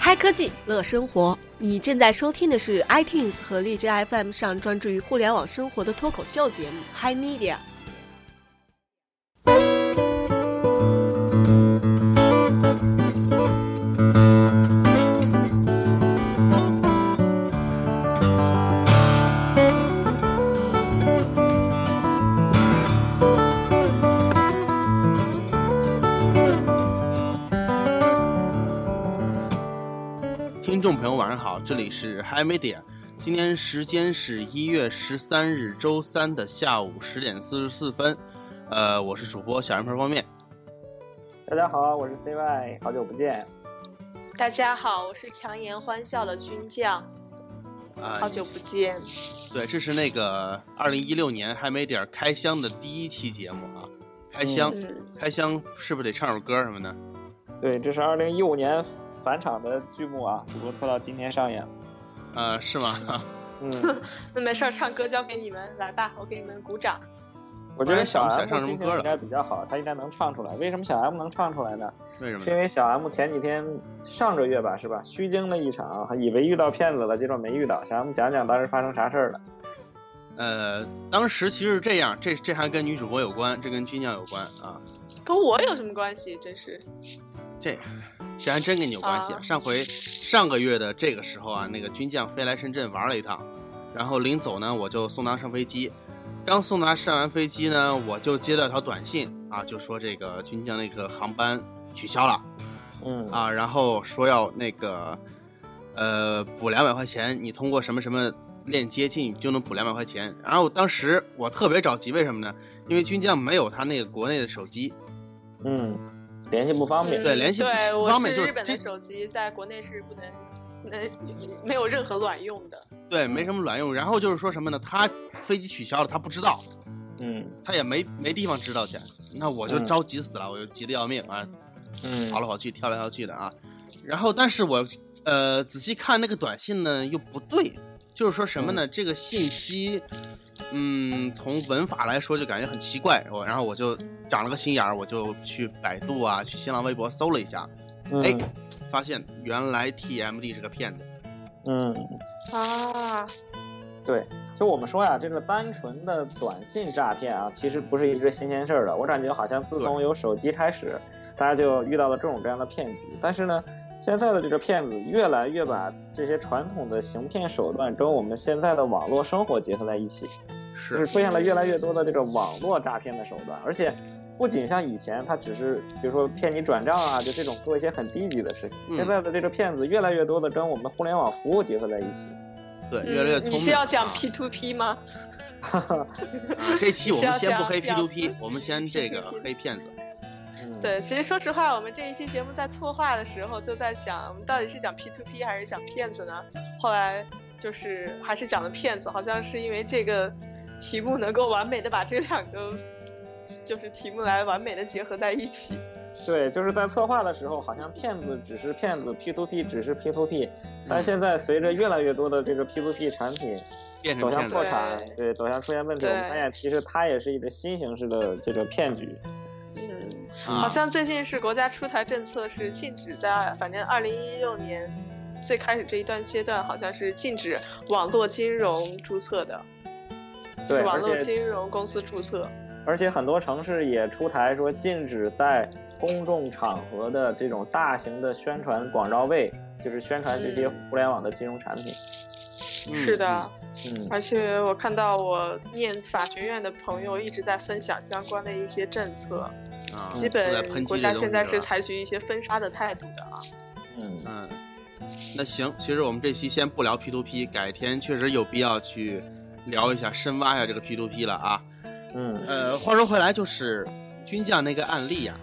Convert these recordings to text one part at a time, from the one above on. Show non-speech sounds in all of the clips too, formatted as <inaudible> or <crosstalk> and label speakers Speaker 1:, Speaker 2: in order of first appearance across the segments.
Speaker 1: 开科技，乐生活。你正在收听的是 iTunes 和荔枝 FM 上专注于互联网生活的脱口秀节目《Hi Media》。
Speaker 2: 听众朋友，晚上好，这里是 Hi Media。今天时间是一月十三日周三的下午十点四十四分，呃，我是主播小人盆方便面。
Speaker 3: 大家好，我是 CY，好久不见。
Speaker 4: 大家好，我是强颜欢笑的军将，
Speaker 2: 啊、
Speaker 4: 好久不见。
Speaker 2: 哎对，这是那个二零一六年 Hi Media 开箱的第一期节目啊，开箱，
Speaker 4: 嗯，
Speaker 2: 开箱是不是得唱首歌什么的？
Speaker 3: 对，这是二零一五年返场的剧目啊，只不过拖到今年上演。
Speaker 2: 呃，是吗？ <laughs>
Speaker 3: 嗯，
Speaker 4: 那没事儿，唱歌交给你们，来吧，我给你们鼓掌。
Speaker 3: 我觉得小
Speaker 2: 我也想不
Speaker 3: M
Speaker 2: 起来唱什么
Speaker 3: 心情
Speaker 2: 歌了
Speaker 3: 应该比较好，他应该能唱出来。为什么小 M 能唱出来呢？
Speaker 2: <laughs> 为什么
Speaker 3: 是因
Speaker 2: 呢？
Speaker 3: 为小 M 前几天上个月吧，是吧？虚惊了一场，还以为遇到骗子了，结果没遇到。小 M 讲讲当时发生啥事儿了。
Speaker 2: 呃，当时其实是这样，这这还跟女主播有关，这跟军将有关啊，
Speaker 4: 跟我有什么关系？真是，
Speaker 2: 这这还真跟你有关系啊！
Speaker 4: 啊
Speaker 2: 上回上个月的这个时候啊，那个军将飞来深圳玩了一趟，然后临走呢，我就送他上飞机。刚送他上完飞机呢，我就接到一条短信啊，就说这个军将那个航班取消了
Speaker 3: 嗯，
Speaker 2: 啊，然后说要那个呃补两百块钱，你通过什么什么链接进去就能补两百块钱。然后当时我特别着急，为什么呢？因为军将没有他那个国内的手机，
Speaker 3: 嗯，联系不方便。
Speaker 2: 对
Speaker 4: 嗯
Speaker 2: 联系不
Speaker 4: 对，
Speaker 2: 不
Speaker 4: 我
Speaker 2: 方便就是
Speaker 4: 日本
Speaker 2: 这
Speaker 4: 的手机在国内是不能，能没有任何卵用的。
Speaker 2: 对，没什么卵用。然后就是说什么呢？他飞机取消了，他不知道，
Speaker 3: 嗯
Speaker 2: 他也没没地方知道去。那我就
Speaker 3: 嗯
Speaker 2: 着急死了，我就急得要命啊，
Speaker 3: 嗯，
Speaker 2: 跑来跑去，跳来跳去的啊。然后，但是我呃仔细看那个短信呢，又不对，就是说什么
Speaker 3: 嗯
Speaker 2: 呢？这个信息，嗯，从文法来说就感觉很奇怪。我然后我就长了个心眼儿，我就去百度啊，去新浪微博搜了一下，
Speaker 3: 嗯
Speaker 2: 哎，发现原来 TMD 是个骗子。
Speaker 3: 嗯。
Speaker 4: 啊，
Speaker 3: 对，就我们说呀，这个单纯的短信诈骗啊，其实不是一个新鲜事儿了。我感觉好像自从有手机开始，大家就遇到了各种各样的骗局。但是呢，现在的这个骗子越来越把这些传统的行骗手段跟我们现在的网络生活结合在一起，就
Speaker 2: 是，
Speaker 3: 是出现了越来越多的这个网络诈骗的手段。而且，不仅像以前他只是比如说骗你转账啊，就这种做一些很低级的事
Speaker 2: 嗯
Speaker 3: 情，现在的这个骗子越来越多的跟我们的互联网服务结合在一起。
Speaker 2: 对，越来越
Speaker 4: 嗯
Speaker 2: 聪明。
Speaker 4: 你是要讲
Speaker 2: 啊
Speaker 4: P to P 吗？
Speaker 2: 啊这期我们先不黑
Speaker 4: 是要
Speaker 2: P to
Speaker 4: 这
Speaker 2: P，
Speaker 4: 样 <laughs>
Speaker 2: 我们先这个黑骗子。
Speaker 3: 嗯，
Speaker 4: 对，其实说实话，我们这一期节目在策划的时候就在想，我们到底是讲 P to P 还是讲骗子呢？后来就是还是讲了骗子，好像是因为这个题目能够完美的把这两个就是题目来完美的结合在一起。
Speaker 3: 对，就是在策划的时候，好像骗子只是骗子，P to P 只是 P to P，但现在随着越来越多的这个 P to P 产品
Speaker 2: 变成
Speaker 3: 走向
Speaker 2: 嗯骗子
Speaker 3: 破，产，
Speaker 4: 对
Speaker 3: 对，走向出现问题，我们
Speaker 4: 对
Speaker 3: 发现其实它也是一个新形式的这个骗局。
Speaker 4: 嗯，
Speaker 2: 啊
Speaker 4: 好像最近是国家出台政策是禁止在，反正二零一六年最开始这一段阶段好像是禁止网络金融注册的，
Speaker 3: 对，
Speaker 4: 是网
Speaker 3: 而
Speaker 4: 络
Speaker 3: 且
Speaker 4: 金融公司注册。
Speaker 3: 而且很多城市也出台说禁止在公众场合的这种大型的宣传广告位，就是宣传这些
Speaker 4: 嗯
Speaker 3: 互联网的金融产品。
Speaker 2: 嗯
Speaker 4: 是的。
Speaker 2: 嗯
Speaker 3: 嗯，
Speaker 4: 而且我看到我念法学院的朋友一直在分享相关的一些政策，
Speaker 2: 啊，
Speaker 4: 基
Speaker 2: 都在
Speaker 4: 本
Speaker 2: 喷
Speaker 4: 国
Speaker 2: 漆
Speaker 4: 家
Speaker 2: 这
Speaker 4: 现在
Speaker 2: 东西
Speaker 4: 是
Speaker 2: 吧
Speaker 4: 采取一些封杀的态度的啊。
Speaker 3: 嗯
Speaker 2: 嗯。那行，其实我们这期先不聊 P to P，改天确实有必要去聊一下、深挖一下这个 P to P 了啊。
Speaker 3: 嗯
Speaker 2: 呃，话说回来，就是军将那个案例呀、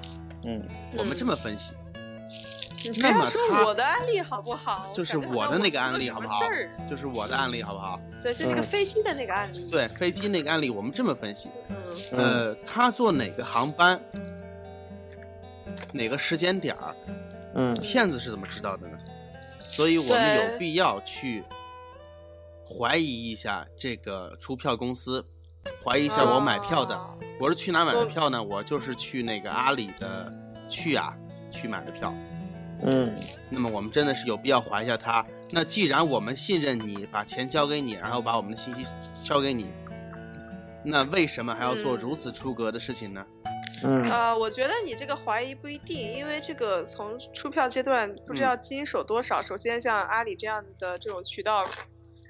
Speaker 3: 嗯
Speaker 2: 我们这么分析，
Speaker 4: 你不
Speaker 2: 那
Speaker 4: 要
Speaker 2: 么他
Speaker 4: 说我的案例好不好？
Speaker 2: 就是
Speaker 4: 感觉
Speaker 2: 我
Speaker 4: 好
Speaker 2: 的
Speaker 4: 像
Speaker 2: 那个
Speaker 4: 我
Speaker 2: 案
Speaker 4: 做
Speaker 2: 例
Speaker 4: 什
Speaker 2: 好
Speaker 4: 么
Speaker 2: 不好
Speaker 4: 事儿
Speaker 2: 就是我的案例好不好？
Speaker 4: 对，是这个
Speaker 3: 嗯
Speaker 4: 飞机的那个案例。，
Speaker 2: 对，飞机那个案例我们这么分析，
Speaker 4: 嗯
Speaker 3: 嗯
Speaker 2: 呃，他坐哪个航班，哪个时间点儿，
Speaker 3: 嗯
Speaker 2: 骗子是怎么知道的呢？所以我们
Speaker 4: 对
Speaker 2: 有必要去怀疑一下这个出票公司，怀疑一下我买票的，
Speaker 4: 哦嗯
Speaker 2: 我是去哪买的
Speaker 4: 我
Speaker 2: 票呢？我就是去那个阿里的去啊去买的票，
Speaker 3: 嗯，
Speaker 2: 那么我们真的是有必要怀一下他。那既然我们信任你，把钱交给你，然后把我们的信息交给你，那为什么还要做
Speaker 4: 嗯
Speaker 2: 如此出格的事情呢？
Speaker 3: 嗯，
Speaker 4: 呃，我觉得你这个怀疑不一定，因为这个从出票阶段不
Speaker 2: 嗯
Speaker 4: 知道经手多少。首先像阿里这样的这种渠道，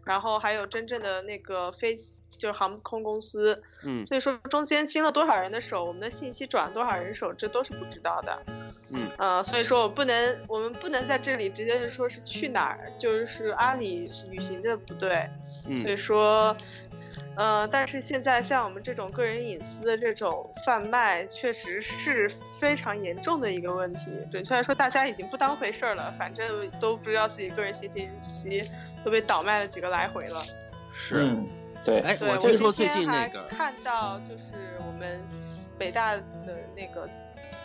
Speaker 4: 然后还有真正的那个飞就是航空公司，
Speaker 2: 嗯
Speaker 4: 所以说中间经了多少人的手，我们的信息转了多少人手，这都是不知道的。
Speaker 2: 嗯
Speaker 4: 呃，所以说我不能，我们不能在这里直接就说是去哪儿，就是阿里旅行的不对。所以
Speaker 2: 嗯
Speaker 4: 说，呃，但是现在像我们这种个人隐私的这种贩卖，确实是非常严重的一个问题。准确来说，大家已经不当回事儿了，反正都不知道自己个人信息都被倒卖了几个来回了。
Speaker 2: 是。
Speaker 3: 嗯，对，
Speaker 2: 哎，
Speaker 4: 对
Speaker 2: 我
Speaker 4: 我
Speaker 2: 听
Speaker 4: 今
Speaker 2: 说最
Speaker 4: 天
Speaker 2: 近那
Speaker 4: 还
Speaker 2: 个，
Speaker 4: 看到就是我们北大的那个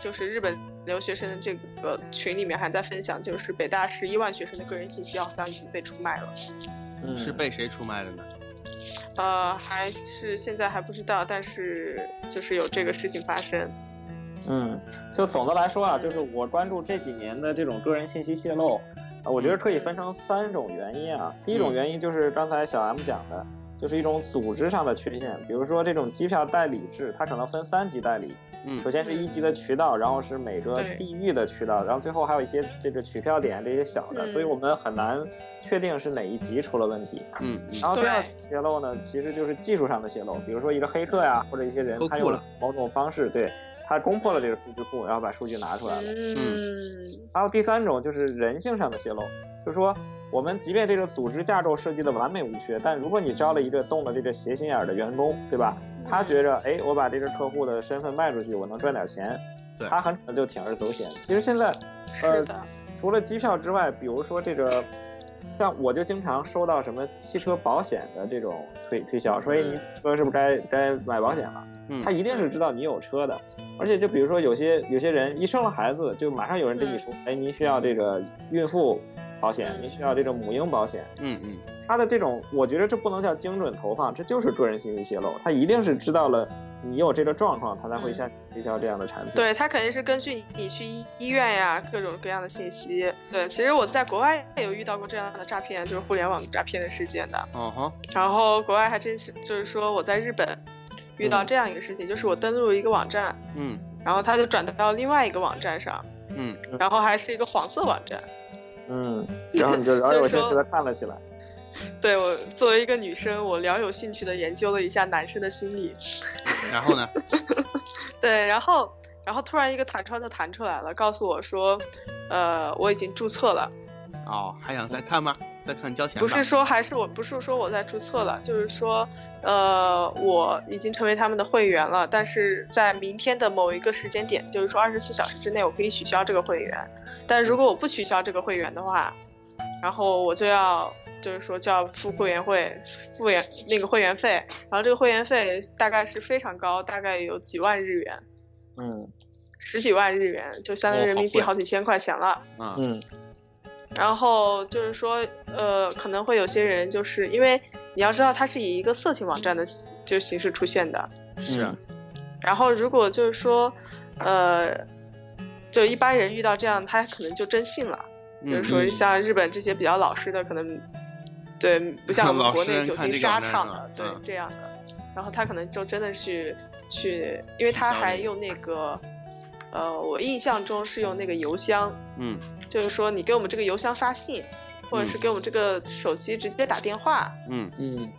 Speaker 4: 就是日本留学生的这个群里面还在分享，就是北大十一万学生的个人信息好像已经被出卖了。
Speaker 3: 嗯
Speaker 2: 是被谁出卖了呢？
Speaker 4: 呃，还是现在还不知道，但是就是有这个事情发生。
Speaker 3: 嗯，就总的来说啊，就是我关注这几年的这种个人信息泄露，啊我觉
Speaker 4: 嗯
Speaker 3: 得可以分成三种原因啊。第一种原因就是刚才小 M 讲的，就是一种组织上的缺陷，比如说这种机票代理制，它可能分三级代理，首
Speaker 2: 嗯
Speaker 3: 先是一级的渠道，然后是每个
Speaker 4: 对
Speaker 3: 地域的渠道，然后最后还有一些这个取票点这些小的，
Speaker 4: 嗯
Speaker 3: 所以我们很难确定是哪一级出了问题。
Speaker 2: 嗯嗯
Speaker 3: 然后第二
Speaker 4: 对
Speaker 3: 泄露呢，其实就是技术上的泄露，比如说一个黑客呀、或者一些人
Speaker 2: 偷
Speaker 3: 他
Speaker 2: 库
Speaker 3: 用
Speaker 2: 了
Speaker 3: 某种方式对他攻破了这个数据库，然后把数据拿出来了。
Speaker 4: 嗯，
Speaker 3: 还有第三种就是人性上的泄露，就是说我们即便这个组织架构设计的完美无缺，但如果你招了一个动了这个邪心眼儿的员工，对吧？他觉着，哎，我把这个客户的身份卖出去，我能赚点钱
Speaker 2: 对，
Speaker 3: 他很可能就铤而走险。其实现在，
Speaker 4: 是
Speaker 3: 呃，
Speaker 4: 的，
Speaker 3: 除了机票之外，比如说这个，像我就经常收到什么汽车保险的这种推推销，说哎，你
Speaker 4: 嗯
Speaker 3: 车是不是该该买保险了？他
Speaker 2: 嗯，
Speaker 3: 一定是知道你有车的，而且就比如说有些有些人一生了孩子，就马上有人跟你说，哎，您需要这个孕妇保险，
Speaker 4: 嗯
Speaker 3: 您需要这个母婴保险。
Speaker 2: 嗯嗯，
Speaker 3: 他的这种，我觉得这不能叫精准投放，这就是个人信息泄露。他一定是知道了你有这个状况，他才会
Speaker 4: 嗯
Speaker 3: 向你推销这样的产品。
Speaker 4: 对他肯定是根据你去医医院呀，各种各样的信息。对，其实我在国外也有遇到过这样的诈骗，就是互联网诈骗的事件的。
Speaker 2: 哦哈，
Speaker 4: 然后国外还真是，就是说我在日本遇到
Speaker 3: 嗯
Speaker 4: 这样一个事情，就是我登录了一个网站，
Speaker 2: 嗯
Speaker 4: 然后他就转到另外一个网站上，
Speaker 2: 嗯，
Speaker 4: 然后还是一个黄色网站。
Speaker 3: 嗯，然后你就饶有兴趣的看了起来。
Speaker 4: 对我作为一个女生，我聊有兴趣的研究了一下男生的心理， <laughs>
Speaker 2: 然后呢？
Speaker 4: 对，然后然后突然一个弹窗就弹出来了，告诉我说，呃，我已经注册了，
Speaker 2: 哦，还想再看吗？再看交钱吧。
Speaker 4: 不是说还是我不是说我在注册了，就是说，呃，我已经成为他们的会员了，但是在明天的某一个时间点，就是说二十四小时之内，我可以取消这个会员，但如果我不取消这个会员的话，然后我就要。就是说，就要付会员会付员那个会员费，然后这个会员费大概是非常高，大概有几万日元，
Speaker 3: 嗯
Speaker 4: 十几万日元，就相当于
Speaker 2: 哦
Speaker 4: 人民币
Speaker 2: 好贵
Speaker 4: 好几千块钱了。
Speaker 2: 啊，
Speaker 3: 嗯
Speaker 4: 然后就是说，呃，可能会有些人就是因为你要知道，它是以一个色情网站的形就形式出现的。
Speaker 2: 是啊，
Speaker 4: 然后如果就是说，呃，就一般人遇到这样，他可能就真信了。比如
Speaker 2: 嗯
Speaker 4: 说像日本这些比较老实的，可能对不像我
Speaker 2: 老
Speaker 4: 们国
Speaker 2: 实
Speaker 4: 内
Speaker 2: 人
Speaker 4: 酒
Speaker 2: 看
Speaker 4: 精
Speaker 2: 这个
Speaker 4: 沙
Speaker 2: 网站
Speaker 4: 场
Speaker 2: 是吧
Speaker 4: 的，对
Speaker 2: 嗯
Speaker 4: 这样的，然后他可能就真的是去，因为他
Speaker 2: 取消
Speaker 4: 还
Speaker 2: 这个
Speaker 4: 用那个，呃，我印象中是用那个邮箱，
Speaker 2: 嗯
Speaker 4: 就是说你给我们这个邮箱发信，或者是
Speaker 2: 嗯
Speaker 4: 给我们这个手机直接打电话，
Speaker 2: 嗯
Speaker 3: 嗯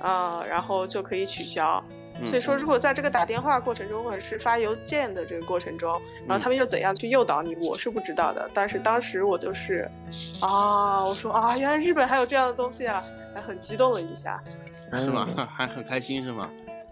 Speaker 4: 呃，然后就可以取消。
Speaker 2: 嗯，
Speaker 4: 所以说，如果在这个打电话过程中，或者是发邮件的这个过程中，然后
Speaker 2: 们
Speaker 4: 他们又怎样去诱导你，我是不知道的。但是当时我就是，啊，我说啊，原来日本还有这样的东西啊，还很激动了一下。
Speaker 2: 是吗？
Speaker 3: 嗯
Speaker 2: 还很开心是吗？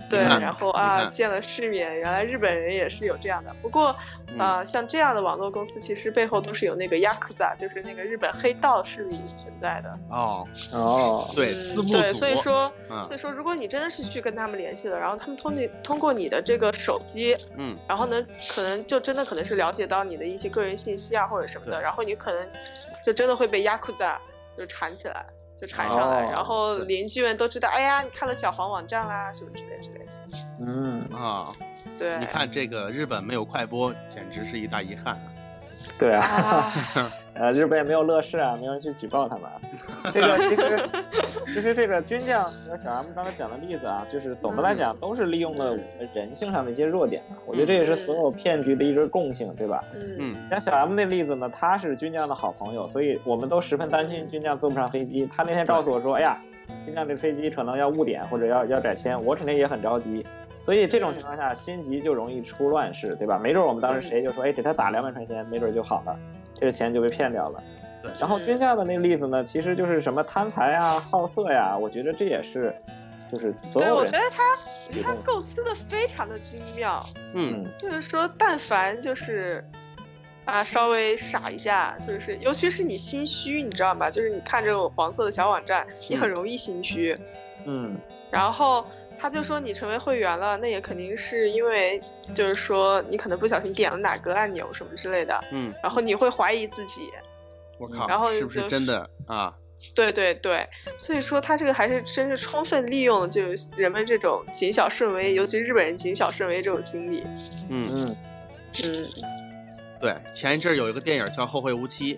Speaker 4: 对，
Speaker 2: 你看
Speaker 4: 然后
Speaker 2: 你
Speaker 4: 啊，
Speaker 2: 看
Speaker 4: 见了世面，原来日本人也是有这样的。不过，
Speaker 2: 嗯
Speaker 4: 啊，像这样的网络公司，其实背后都是有那个 yakuza，就是那个日本黑道势力存在的。
Speaker 2: 哦，
Speaker 3: 哦，
Speaker 2: 对，
Speaker 4: 嗯
Speaker 2: 字幕
Speaker 4: 对，
Speaker 2: 组，
Speaker 4: 所以说，
Speaker 2: 嗯
Speaker 4: 所以说，如果你真的是去跟他们联系了，然后他们通你通过你的这个手机，
Speaker 2: 嗯
Speaker 4: 然后呢，可能就真的可能是了解到你的一些个人信息啊或者什么的，
Speaker 2: 对
Speaker 4: 然后你可能就真的会被压裤子就缠起来，就缠上来，
Speaker 3: 哦
Speaker 4: 然后
Speaker 2: 对
Speaker 4: 邻居们都知道，哎呀，你看了小黄网站啦、什么之类之类的，
Speaker 3: 嗯，
Speaker 2: 啊，
Speaker 4: 对
Speaker 2: 你，看这个日本没有快播，简直是一大遗憾啊。
Speaker 4: <laughs>
Speaker 3: 对啊，
Speaker 4: 啊，
Speaker 3: 呃，日本也没有乐视啊，没有人去举报他们啊。这个其实，其实这个军将和小 M 刚才讲的例子啊，就是总的来讲都是利用了我们人性上的一些弱点啊。我觉得这也是所有骗局的一个共性，对吧？
Speaker 4: 嗯
Speaker 2: 嗯
Speaker 3: 像小 M 那例子呢，他是军将的好朋友，所以我们都十分担心军将坐不上飞机。他那天告诉我说：“哎呀，军将这飞机可能要误点或者要要改签。”我肯定也很着急。所以这种情况下，心急就容易出乱世，对吧？没准我们当时谁就说：“哎，给他打两百块钱，没准就好了。”这个钱就被骗掉了。
Speaker 2: 对
Speaker 3: 然后军将的那个例子呢，其实就是什么贪财啊、好色呀、我觉得这也是，就是所
Speaker 4: 对，
Speaker 3: 有
Speaker 4: 我
Speaker 3: 人
Speaker 4: 觉得他
Speaker 3: 有
Speaker 4: 他
Speaker 3: 共
Speaker 4: 构思的非常的精妙，
Speaker 2: 嗯
Speaker 4: 就是说，但凡就是啊，稍微傻一下，就是尤其是你心虚，你知道吧？就是你看这种黄色的小网站，你很容易心虚。
Speaker 3: 嗯
Speaker 4: 然后他就说你成为会员了，那也肯定是因为就是说你可能不小心点了哪个按钮什么之类的，
Speaker 2: 嗯，
Speaker 4: 然后你会怀疑自己。
Speaker 2: 我靠，
Speaker 4: 然后
Speaker 2: 是不是
Speaker 4: 就
Speaker 2: 真
Speaker 4: 是
Speaker 2: 的啊？
Speaker 4: 对对对，所以说他这个还是真是充分利用了就是人们这种谨小慎微，尤其日本人谨小慎微这种心理。
Speaker 2: 嗯，
Speaker 3: 嗯
Speaker 4: 嗯，
Speaker 2: 对，前一阵儿有一个电影叫《后会无期》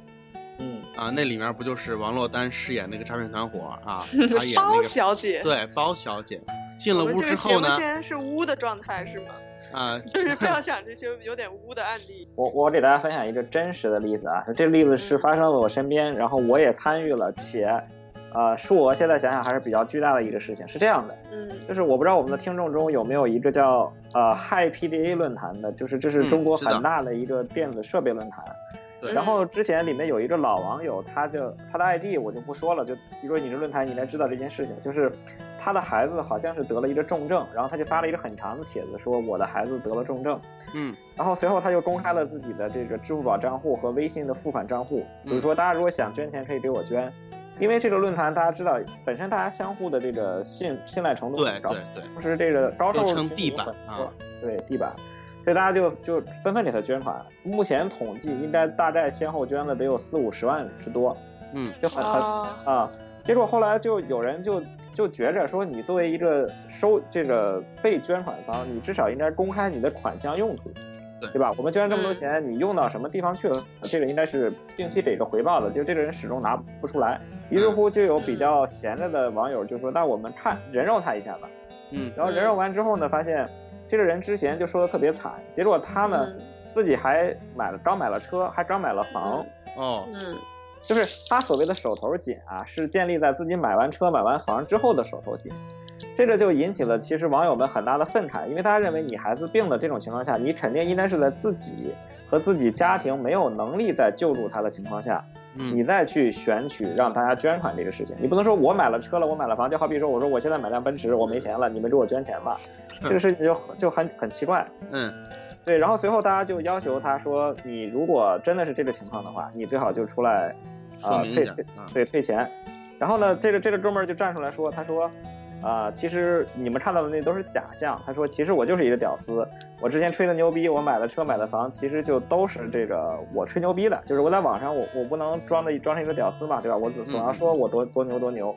Speaker 3: 嗯
Speaker 2: 啊，那里面不就是王珞丹饰演那个诈骗团伙儿
Speaker 4: <laughs>
Speaker 2: 啊？她演那
Speaker 4: 包
Speaker 2: 个
Speaker 4: 小姐，
Speaker 2: 对包小姐进
Speaker 4: 我
Speaker 2: 了
Speaker 4: 们
Speaker 2: 屋
Speaker 4: 这
Speaker 2: 之
Speaker 4: 个节
Speaker 2: 后
Speaker 4: 目
Speaker 2: 呢
Speaker 4: 现，在是污的状态是吗？ <laughs>
Speaker 2: 啊，
Speaker 4: 就是不要想这些有点污的案例。
Speaker 3: 我我给大家分享一个真实的例子啊，这例子是发生在我身边，然后我也参与了，且，呃，是我现在想想还是比较巨大的一个事情。是这样的， <laughs>
Speaker 4: 嗯
Speaker 3: 就是我不知道我们的听众中有没有一个叫呃 Hi PDA 论坛的，就是这是中国
Speaker 2: 嗯知道
Speaker 3: 很大的一个电子设备论坛。
Speaker 2: 对
Speaker 3: 然后之前里面有一个老网友，他就他的 ID 我就不说了，就如果你是论坛，你应该知道这件事情，就是他的孩子好像是得了一个重症，然后他就发了一个很长的帖子，说我的孩子得了重症。
Speaker 2: 嗯
Speaker 3: 然后随后他就公开了自己的这个支付宝账户和微信的付款账户，
Speaker 2: 嗯
Speaker 3: 比如说大家如果想捐钱可以给我捐，因为这个论坛大家知道，本身大家相互的这个信信赖程度
Speaker 2: 对
Speaker 3: 很高，
Speaker 2: 对对，
Speaker 3: 同时这个高收入
Speaker 2: 又称
Speaker 3: 群
Speaker 2: 地
Speaker 3: 体有
Speaker 2: 板
Speaker 3: 很多
Speaker 2: 啊
Speaker 3: 对地板，所以大家就就纷纷给他捐款。目前统计应该大概先后捐了得有四五十万之多，
Speaker 2: 嗯
Speaker 3: 就很很
Speaker 4: 啊，
Speaker 3: 啊。结果后来就有人就就觉着说，你作为一个收这个被捐款方，你至少应该公开你的款项用途，
Speaker 2: 对
Speaker 3: 吧？我们捐了这么多钱，你用到什么地方去了？这个应该是定期给个回报的。就这个人始终拿不出来，于是乎就有比较闲着的网友就说：“那我们看人肉他一下吧。”
Speaker 2: 嗯
Speaker 3: 然后人肉完之后呢，发现这个人之前就说的特别惨，结果他呢、
Speaker 4: 嗯
Speaker 3: 自己还买了刚买了车，还刚买了房。
Speaker 2: 哦，
Speaker 4: 嗯
Speaker 3: 就是他所谓的手头紧啊，是建立在自己买完车、买完房之后的手头紧。这个就引起了其实网友们很大的愤慨，因为大家认为你孩子病了这种情况下，你肯定应该是在自己和自己家庭没有能力在救助他的情况下，你
Speaker 2: 嗯
Speaker 3: 再去选取让大家捐款这个事情。你不能说我买了车了，我买了房，就好比说我说我现在买辆奔驰，我没钱了，你们给我捐钱吧，这个事情就很就很很奇怪。
Speaker 2: 嗯
Speaker 3: 对，然后随后大家就要求他说，你如果真的是这个情况的话，你最好就出来，
Speaker 2: 说
Speaker 3: 啊、
Speaker 2: 明一
Speaker 3: 退
Speaker 2: 下
Speaker 3: 退
Speaker 2: 啊，
Speaker 3: 对退钱。然后呢，这个这个哥们儿就站出来说，他说，啊、其实你们看到的那都是假象。他说，其实我就是一个屌丝，我之前吹的牛逼，我买了车买了房，其实就都是这个我吹牛逼的，就是我在网上我我不能装的装成一个屌丝嘛，对吧？我总总要说我多多牛多牛。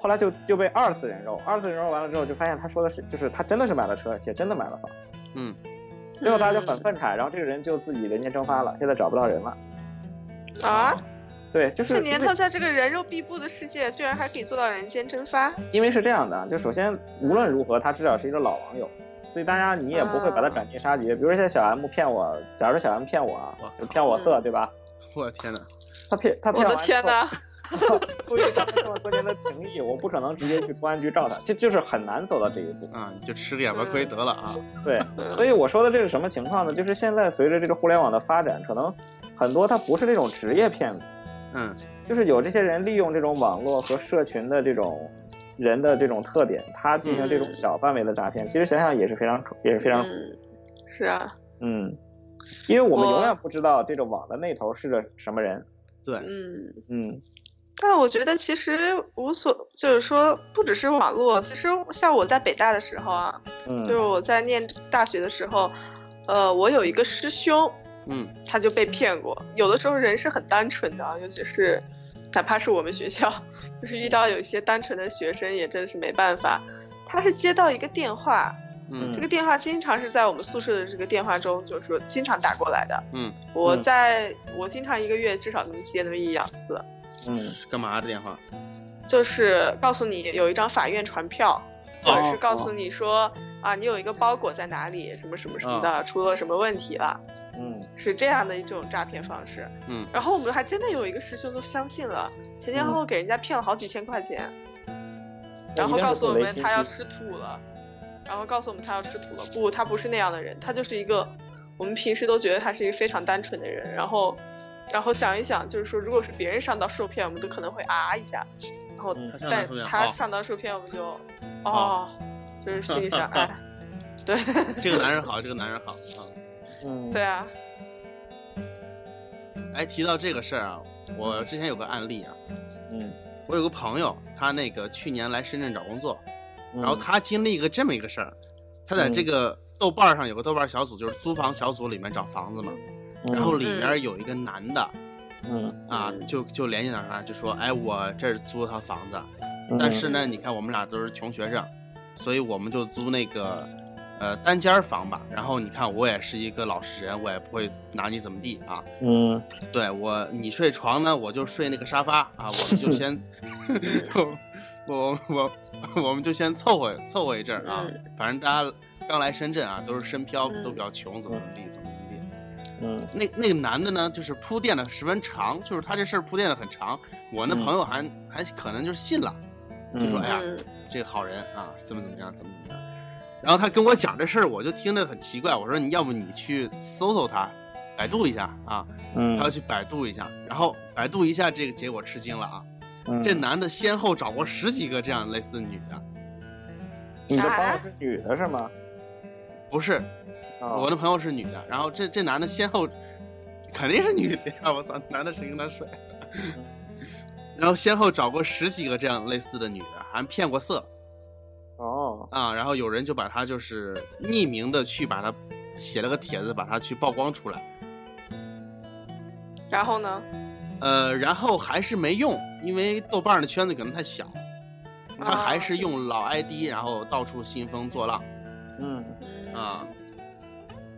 Speaker 3: 后来就就被二次人肉，二次人肉完了之后，就发现他说的是，就是他真的是买了车，而且真的买了房。
Speaker 2: 嗯
Speaker 3: 最后大家就很愤慨，然后这个人就自己人间蒸发了，现在找不到人了。
Speaker 4: 啊，
Speaker 3: 对，就是
Speaker 4: 这年
Speaker 3: 因为
Speaker 4: 头在这个人肉壁布的世界，居然还可以做到人间蒸发。
Speaker 3: 因为是这样的，啊就
Speaker 4: 嗯
Speaker 3: 首先无论如何，他至少是一个老网友，所以大家你也不会把
Speaker 4: 哦
Speaker 3: 他赶尽杀绝。比如说像小 M 骗我，假如说小 M 骗我啊
Speaker 2: 我靠，
Speaker 3: 就骗我色，对吧？
Speaker 2: 我的天哪，
Speaker 3: 他骗他
Speaker 4: 嗯我
Speaker 3: 骗完
Speaker 4: 的天
Speaker 3: 哪！
Speaker 4: 哪！
Speaker 3: <laughs> 出于他这么多年的情谊，我不可能直接去公安局告他，这就是很难走到这一步。
Speaker 2: 啊，你就吃个哑巴
Speaker 4: 嗯
Speaker 2: 亏得了啊，
Speaker 3: 对，
Speaker 4: <laughs>
Speaker 3: 所以我说的这是什么情况呢？就是现在随着这个互联网的发展，可能很多他不是这种职业骗子。
Speaker 2: 嗯
Speaker 3: 就是有这些人利用这种网络和社群的这种人的这种特点，他进行这种
Speaker 4: 嗯
Speaker 3: 小范围的诈骗，其实想想也是非常也是非常
Speaker 4: 嗯，是啊，
Speaker 3: 嗯，因为我们
Speaker 4: 我
Speaker 3: 永远不知道这种网的那头是个什么人，
Speaker 2: 对，
Speaker 4: 嗯，
Speaker 3: 嗯
Speaker 4: 但我觉得其实无所，就是说不只是网络，其实像我在北大的时候啊，就是
Speaker 3: 嗯
Speaker 4: 我在念大学的时候，呃，我有一个师兄，
Speaker 2: 嗯
Speaker 4: 他就被骗过。有的时候人是很单纯的啊，尤其是哪怕是我们学校，就是遇到有一些单纯的学生，也真是没办法。他是接到一个电话，
Speaker 2: 嗯
Speaker 4: 这个电话经常是在我们宿舍的这个电话中，就是说经常打过来的。
Speaker 2: 嗯，
Speaker 4: 我
Speaker 3: 嗯
Speaker 4: 在我经常一个月至少能接那么一两次，
Speaker 3: 嗯，
Speaker 2: 是干嘛的电话？
Speaker 4: 就是告诉你有一张法院传票，或者
Speaker 3: 哦
Speaker 4: 是告诉你说啊，你有一个包裹在哪里，什么什么什么的，出了什么问题了，
Speaker 3: 嗯
Speaker 4: 是这样的一种诈骗方式。
Speaker 2: 嗯，
Speaker 4: 然后我们还真的有一个师兄就相信了，前
Speaker 3: 嗯
Speaker 4: 前后后给人家骗了好几千块钱，然后告诉我们他要吃土了，然后告诉我们他要吃土了。不，他不是那样的人，他就是一个我们平时都觉得他是一个非常单纯的人。然后，然后想一想，就是说，如果是别人上当受骗，我们都可能会啊一下，然后
Speaker 3: 嗯
Speaker 2: 他上当
Speaker 4: 但
Speaker 2: 受骗
Speaker 4: 他
Speaker 2: 哦
Speaker 4: 上当受骗，我们就
Speaker 2: <laughs>
Speaker 4: 哦，就是心里想哎，对 <laughs>
Speaker 2: 这个男人好，这个男人好啊！
Speaker 3: 嗯，
Speaker 4: 对啊，
Speaker 2: 哎，提到这个事儿啊，我之前有个案例啊，
Speaker 3: 嗯，
Speaker 2: 我有个朋友，他那个去年来深圳找工作，
Speaker 3: 嗯，
Speaker 2: 然后他经历一个这么一个事儿，他在这个豆瓣儿上有个豆瓣儿小组，就是租房小组里面找房子嘛，
Speaker 3: 嗯
Speaker 2: 然后里边儿有一个男的
Speaker 3: 嗯，
Speaker 2: 啊，
Speaker 4: 嗯
Speaker 2: 就就联系到他，就说，哎，我这儿租套房子，
Speaker 3: 嗯
Speaker 2: 但是呢，你看我们俩都是穷学生，所以我们就租那个呃单间儿房吧。然后你看我也是一个老实人，我也不会拿你怎么地啊。
Speaker 3: 嗯
Speaker 2: 对我，你睡床呢，我就睡那个沙发啊，我们就
Speaker 3: <laughs>
Speaker 2: 先，我我我我们就先凑合凑合一阵儿啊。
Speaker 3: 嗯
Speaker 2: 反正大家刚来深圳啊，都是深漂，
Speaker 4: 嗯
Speaker 2: 都比较穷，怎么怎么地，怎么怎么地。
Speaker 3: 嗯
Speaker 2: 那那个男的呢，就是铺垫的十分长，就是他这事儿铺垫的很长。我那
Speaker 3: 嗯
Speaker 2: 朋友还、还可能就是信了，就说
Speaker 3: 嗯
Speaker 2: 哎呀
Speaker 4: 嗯，
Speaker 2: 这个好人啊，怎么怎么样，怎么怎么样。然后他跟我讲这事儿，我就听着很奇怪。我说你要不你去搜搜他，百度一下啊，
Speaker 3: 嗯，
Speaker 2: 他要去百度一下。然后百度一下这个结果吃惊了啊，
Speaker 3: 嗯
Speaker 2: 这男的先后找过十几个这样类似女的，
Speaker 3: 你的朋友是女的是吗？
Speaker 2: 不是
Speaker 3: 啊
Speaker 2: 我的朋友是女的，然后这这男的先后肯定是女的呀！我操，男的谁跟他睡？
Speaker 3: 嗯
Speaker 2: <laughs> 然后先后找过十几个这样类似的女的，还骗过色
Speaker 3: 哦，
Speaker 2: 啊。然后有人就把他就是匿名的去把他写了个帖子，把他去曝光出来。
Speaker 4: 然后呢？
Speaker 2: 呃，然后还是没用，因为豆瓣儿的圈子可能太小，
Speaker 4: 哦
Speaker 2: 他还是用老 ID，然后到处兴风作浪
Speaker 3: 嗯
Speaker 2: 啊。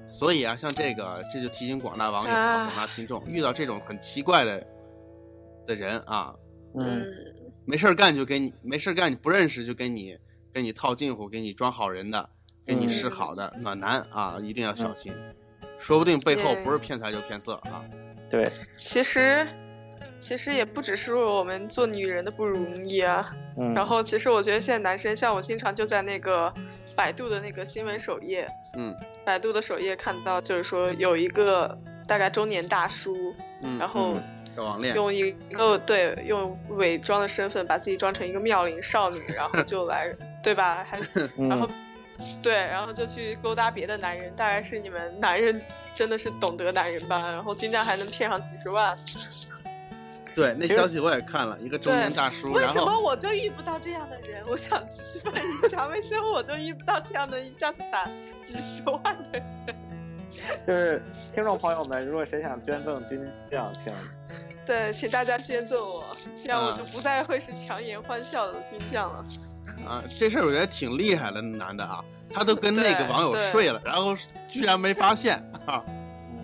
Speaker 2: 所以啊，像这个，这就提醒广大网友、
Speaker 4: 啊
Speaker 2: 广大听众，遇到这种很奇怪的的人啊，
Speaker 3: 嗯
Speaker 4: 嗯
Speaker 2: 没事儿干就给你没事儿干，你不认识就给你给你套近乎，给你装好人的，给你
Speaker 4: 嗯
Speaker 2: 示好的、暖男啊，一定要小心，说不定背后不是骗财就骗色啊。
Speaker 3: 嗯对，
Speaker 4: 其实，其实也不只是我们做女人的不容易啊。
Speaker 3: 嗯，
Speaker 4: 然后，其实我觉得现在男生，像我经常就在那个百度的那个新闻首页，
Speaker 2: 嗯
Speaker 4: 百度的首页看到，就是说有一个大概中年大叔，
Speaker 2: 嗯，
Speaker 4: 然后
Speaker 2: 这网恋，
Speaker 4: 用一个对用伪装的身份把自己装成一个妙龄少女，然后就来，对吧？
Speaker 2: <laughs>
Speaker 4: 还然后
Speaker 3: 嗯，
Speaker 4: 对，然后就去勾搭别的男人，大概是你们男人真的是懂得男人吧，然后经常还能骗上几十万。
Speaker 2: 对那
Speaker 3: 其实
Speaker 2: 消息我也看了，一个中年大叔，
Speaker 4: 为
Speaker 2: 然
Speaker 4: 什么
Speaker 2: 后
Speaker 4: 我就遇不到这样的人？我想去问一下，为什么我就遇不到这样的一下子打几十万的人？ <laughs>
Speaker 3: 就是听众朋友们，如果谁想捐赠军将，请
Speaker 4: 对，请大家捐赠我，这样我
Speaker 2: 嗯
Speaker 4: 就不再会是强颜欢笑的军将了。
Speaker 2: 啊，这事儿我觉得挺厉害的，那男的啊，他都跟那个
Speaker 4: 对
Speaker 2: 网友
Speaker 4: 对
Speaker 2: 睡了，然后居然没发现啊。
Speaker 3: 嗯，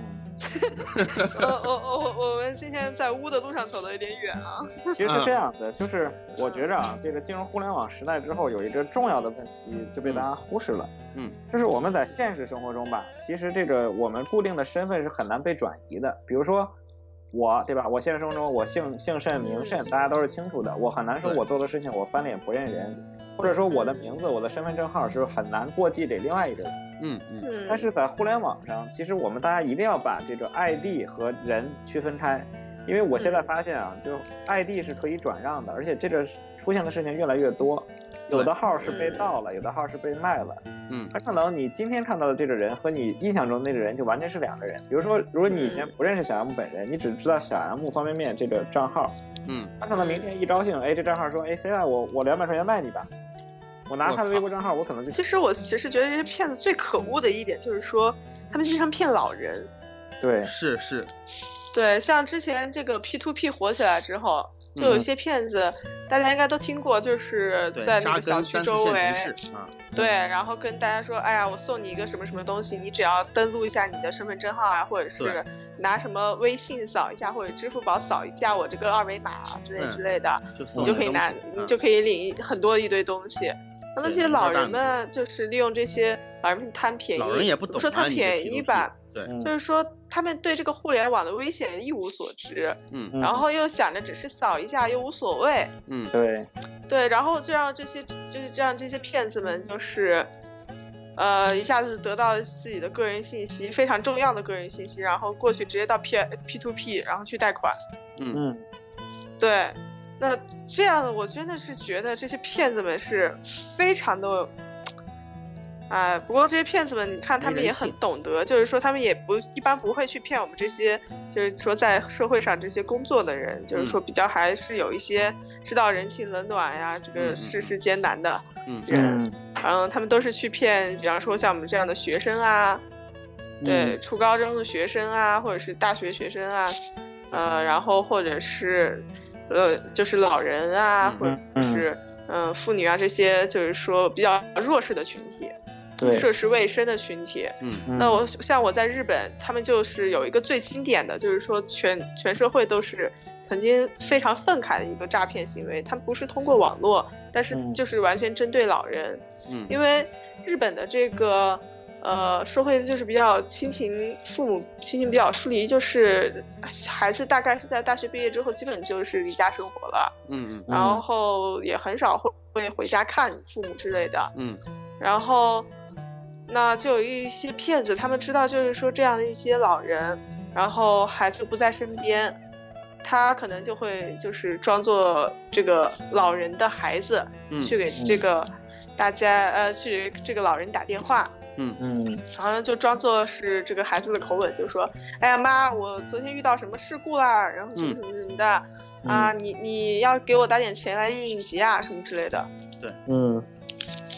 Speaker 4: 呃，我我我我们今天在污的路上走的有点远啊。
Speaker 3: 其实是这样
Speaker 2: 嗯
Speaker 3: 的，就是我觉着啊，这个进入互联网时代之后，有一个重要的问题就被大家忽视了，
Speaker 2: 嗯，
Speaker 3: 就是我们在现实生活中吧，其实这个我们固定的身份是很难被转移的，比如说。我对吧？我现实生活中我姓姓甚名甚，大家都是清楚的。我很难说
Speaker 2: 对
Speaker 3: 我做的事情我翻脸不认人，或者说我的名字、我的身份证号是很难过继给另外一个人。
Speaker 2: 嗯嗯
Speaker 4: 嗯，
Speaker 3: 但是在互联网上，其实我们大家一定要把这个 ID 和人区分开，因为我现在发现啊，就 ID 是可以转让的，而且这个出现的事情越来越多，有的号是被盗了，有的号是被卖了，
Speaker 2: 嗯
Speaker 3: 它可能你今天看到的这个人和你印象中那个人就完全是两个人。比如说，如果你以前不认识小 M 本人，你只知道小 M 方便面这个账号，
Speaker 2: 嗯，
Speaker 3: 他可能明天一高兴，哎，这账号说，哎，C Y，我我两百块钱卖你吧，我拿他的微博账号，我可能就
Speaker 4: 其实我其实觉得这些骗子最可恶的一点就是说，他们经常骗老人。
Speaker 3: 对，
Speaker 2: 是是，
Speaker 4: 对，像之前这个 P to P 火起来之后，就有些骗子，大家应该都听过，就是
Speaker 2: 嗯对，
Speaker 4: 在那
Speaker 2: 扎根
Speaker 4: 个小区
Speaker 2: 三四
Speaker 4: 周
Speaker 2: 线
Speaker 4: 围，
Speaker 2: 城市啊，
Speaker 4: 对，然后跟大家说，哎呀，我送你一个什么什么东西，你只要登录一下你的身份证号啊，或者
Speaker 2: 对
Speaker 4: 是拿什么微信扫一下，或者支付宝扫一下我这个二维码啊之类
Speaker 2: 嗯
Speaker 4: 之类的，
Speaker 2: 就送
Speaker 4: 你就
Speaker 2: 你
Speaker 4: 可以
Speaker 2: 东
Speaker 4: 拿
Speaker 2: 西，
Speaker 4: 你
Speaker 2: 啊
Speaker 4: 就可以领很多一堆东西。那那
Speaker 2: 对
Speaker 4: 些
Speaker 2: 你
Speaker 4: 老
Speaker 2: 没办
Speaker 4: 人们就是利用这些老人们贪便宜，
Speaker 2: 老人也不懂
Speaker 4: 说
Speaker 2: 啊，
Speaker 4: 贪
Speaker 2: 你这
Speaker 4: 便
Speaker 2: P2P
Speaker 4: 宜吧，，
Speaker 2: 对，
Speaker 3: 嗯
Speaker 4: 就是说他们对这个互联网的危险一无所知，
Speaker 2: 嗯
Speaker 3: 嗯
Speaker 4: 然后又想着只是扫一下又无所谓，
Speaker 2: 嗯，
Speaker 3: 对，
Speaker 4: 对，然后就让这些就是这样这些骗子们就是，呃，一下子得到自己的个人信息，非常重要的个人信息，然后过去直接到 P P to P，然后去贷款。
Speaker 3: 嗯
Speaker 4: 对，那这样的我真的是觉得这些骗子们是非常的。哎，不过这些骗子们，你看他
Speaker 2: 没
Speaker 4: 们
Speaker 2: 人
Speaker 4: 也很
Speaker 2: 性
Speaker 4: 懂得，就是说他们也不一般不会去骗我们这些，就是说在社会上这些工作的人，就是
Speaker 2: 嗯
Speaker 4: 说比较还是有一些知道人情冷暖呀，这
Speaker 2: 嗯嗯
Speaker 4: 个世
Speaker 2: 嗯
Speaker 4: 事艰难的，
Speaker 2: 嗯
Speaker 3: 嗯
Speaker 4: 嗯，他们都是去骗，比方说像我们这样的学生啊，对，
Speaker 2: 嗯
Speaker 4: 初高中的学生啊，或者是大学学生啊，呃，然后或者是呃，就是老人啊，或
Speaker 2: 嗯
Speaker 4: 者是嗯、呃妇女啊这些，就是说比较弱势的群体，
Speaker 3: 嗯对，
Speaker 4: 涉世未深的群体。
Speaker 2: 嗯
Speaker 3: 嗯
Speaker 4: 那我像我在日本，他们就是有一个最经典的，就是说全全社会都是曾经非常愤慨的一个诈骗行为。他们不是通过网络，但是
Speaker 3: 嗯
Speaker 4: 就是完全针对老人，
Speaker 2: 嗯，
Speaker 4: 因为日本的这个呃社会就是比较亲情，父母亲情比较疏离，就是孩子大概是在大学毕业之后，基本就是离家生活了，
Speaker 2: 嗯嗯
Speaker 4: 然后也很少会会回家看父母之类的。
Speaker 2: 嗯
Speaker 4: 然后那就有一些骗子，他们知道就是说这样的一些老人，然后孩子不在身边，他可能就会就是装作这个老人的孩子、
Speaker 2: 嗯，
Speaker 4: 去给这个大家呃去给这个老人打电话。
Speaker 3: 嗯
Speaker 4: 然后就装作是这个孩子的口吻，就说：“哎呀妈，我昨天遇到什么事故啦，然后什么
Speaker 2: 嗯
Speaker 4: 什么什么的、啊，你你要给我打点钱来应急啊，什么之类的。”
Speaker 3: 嗯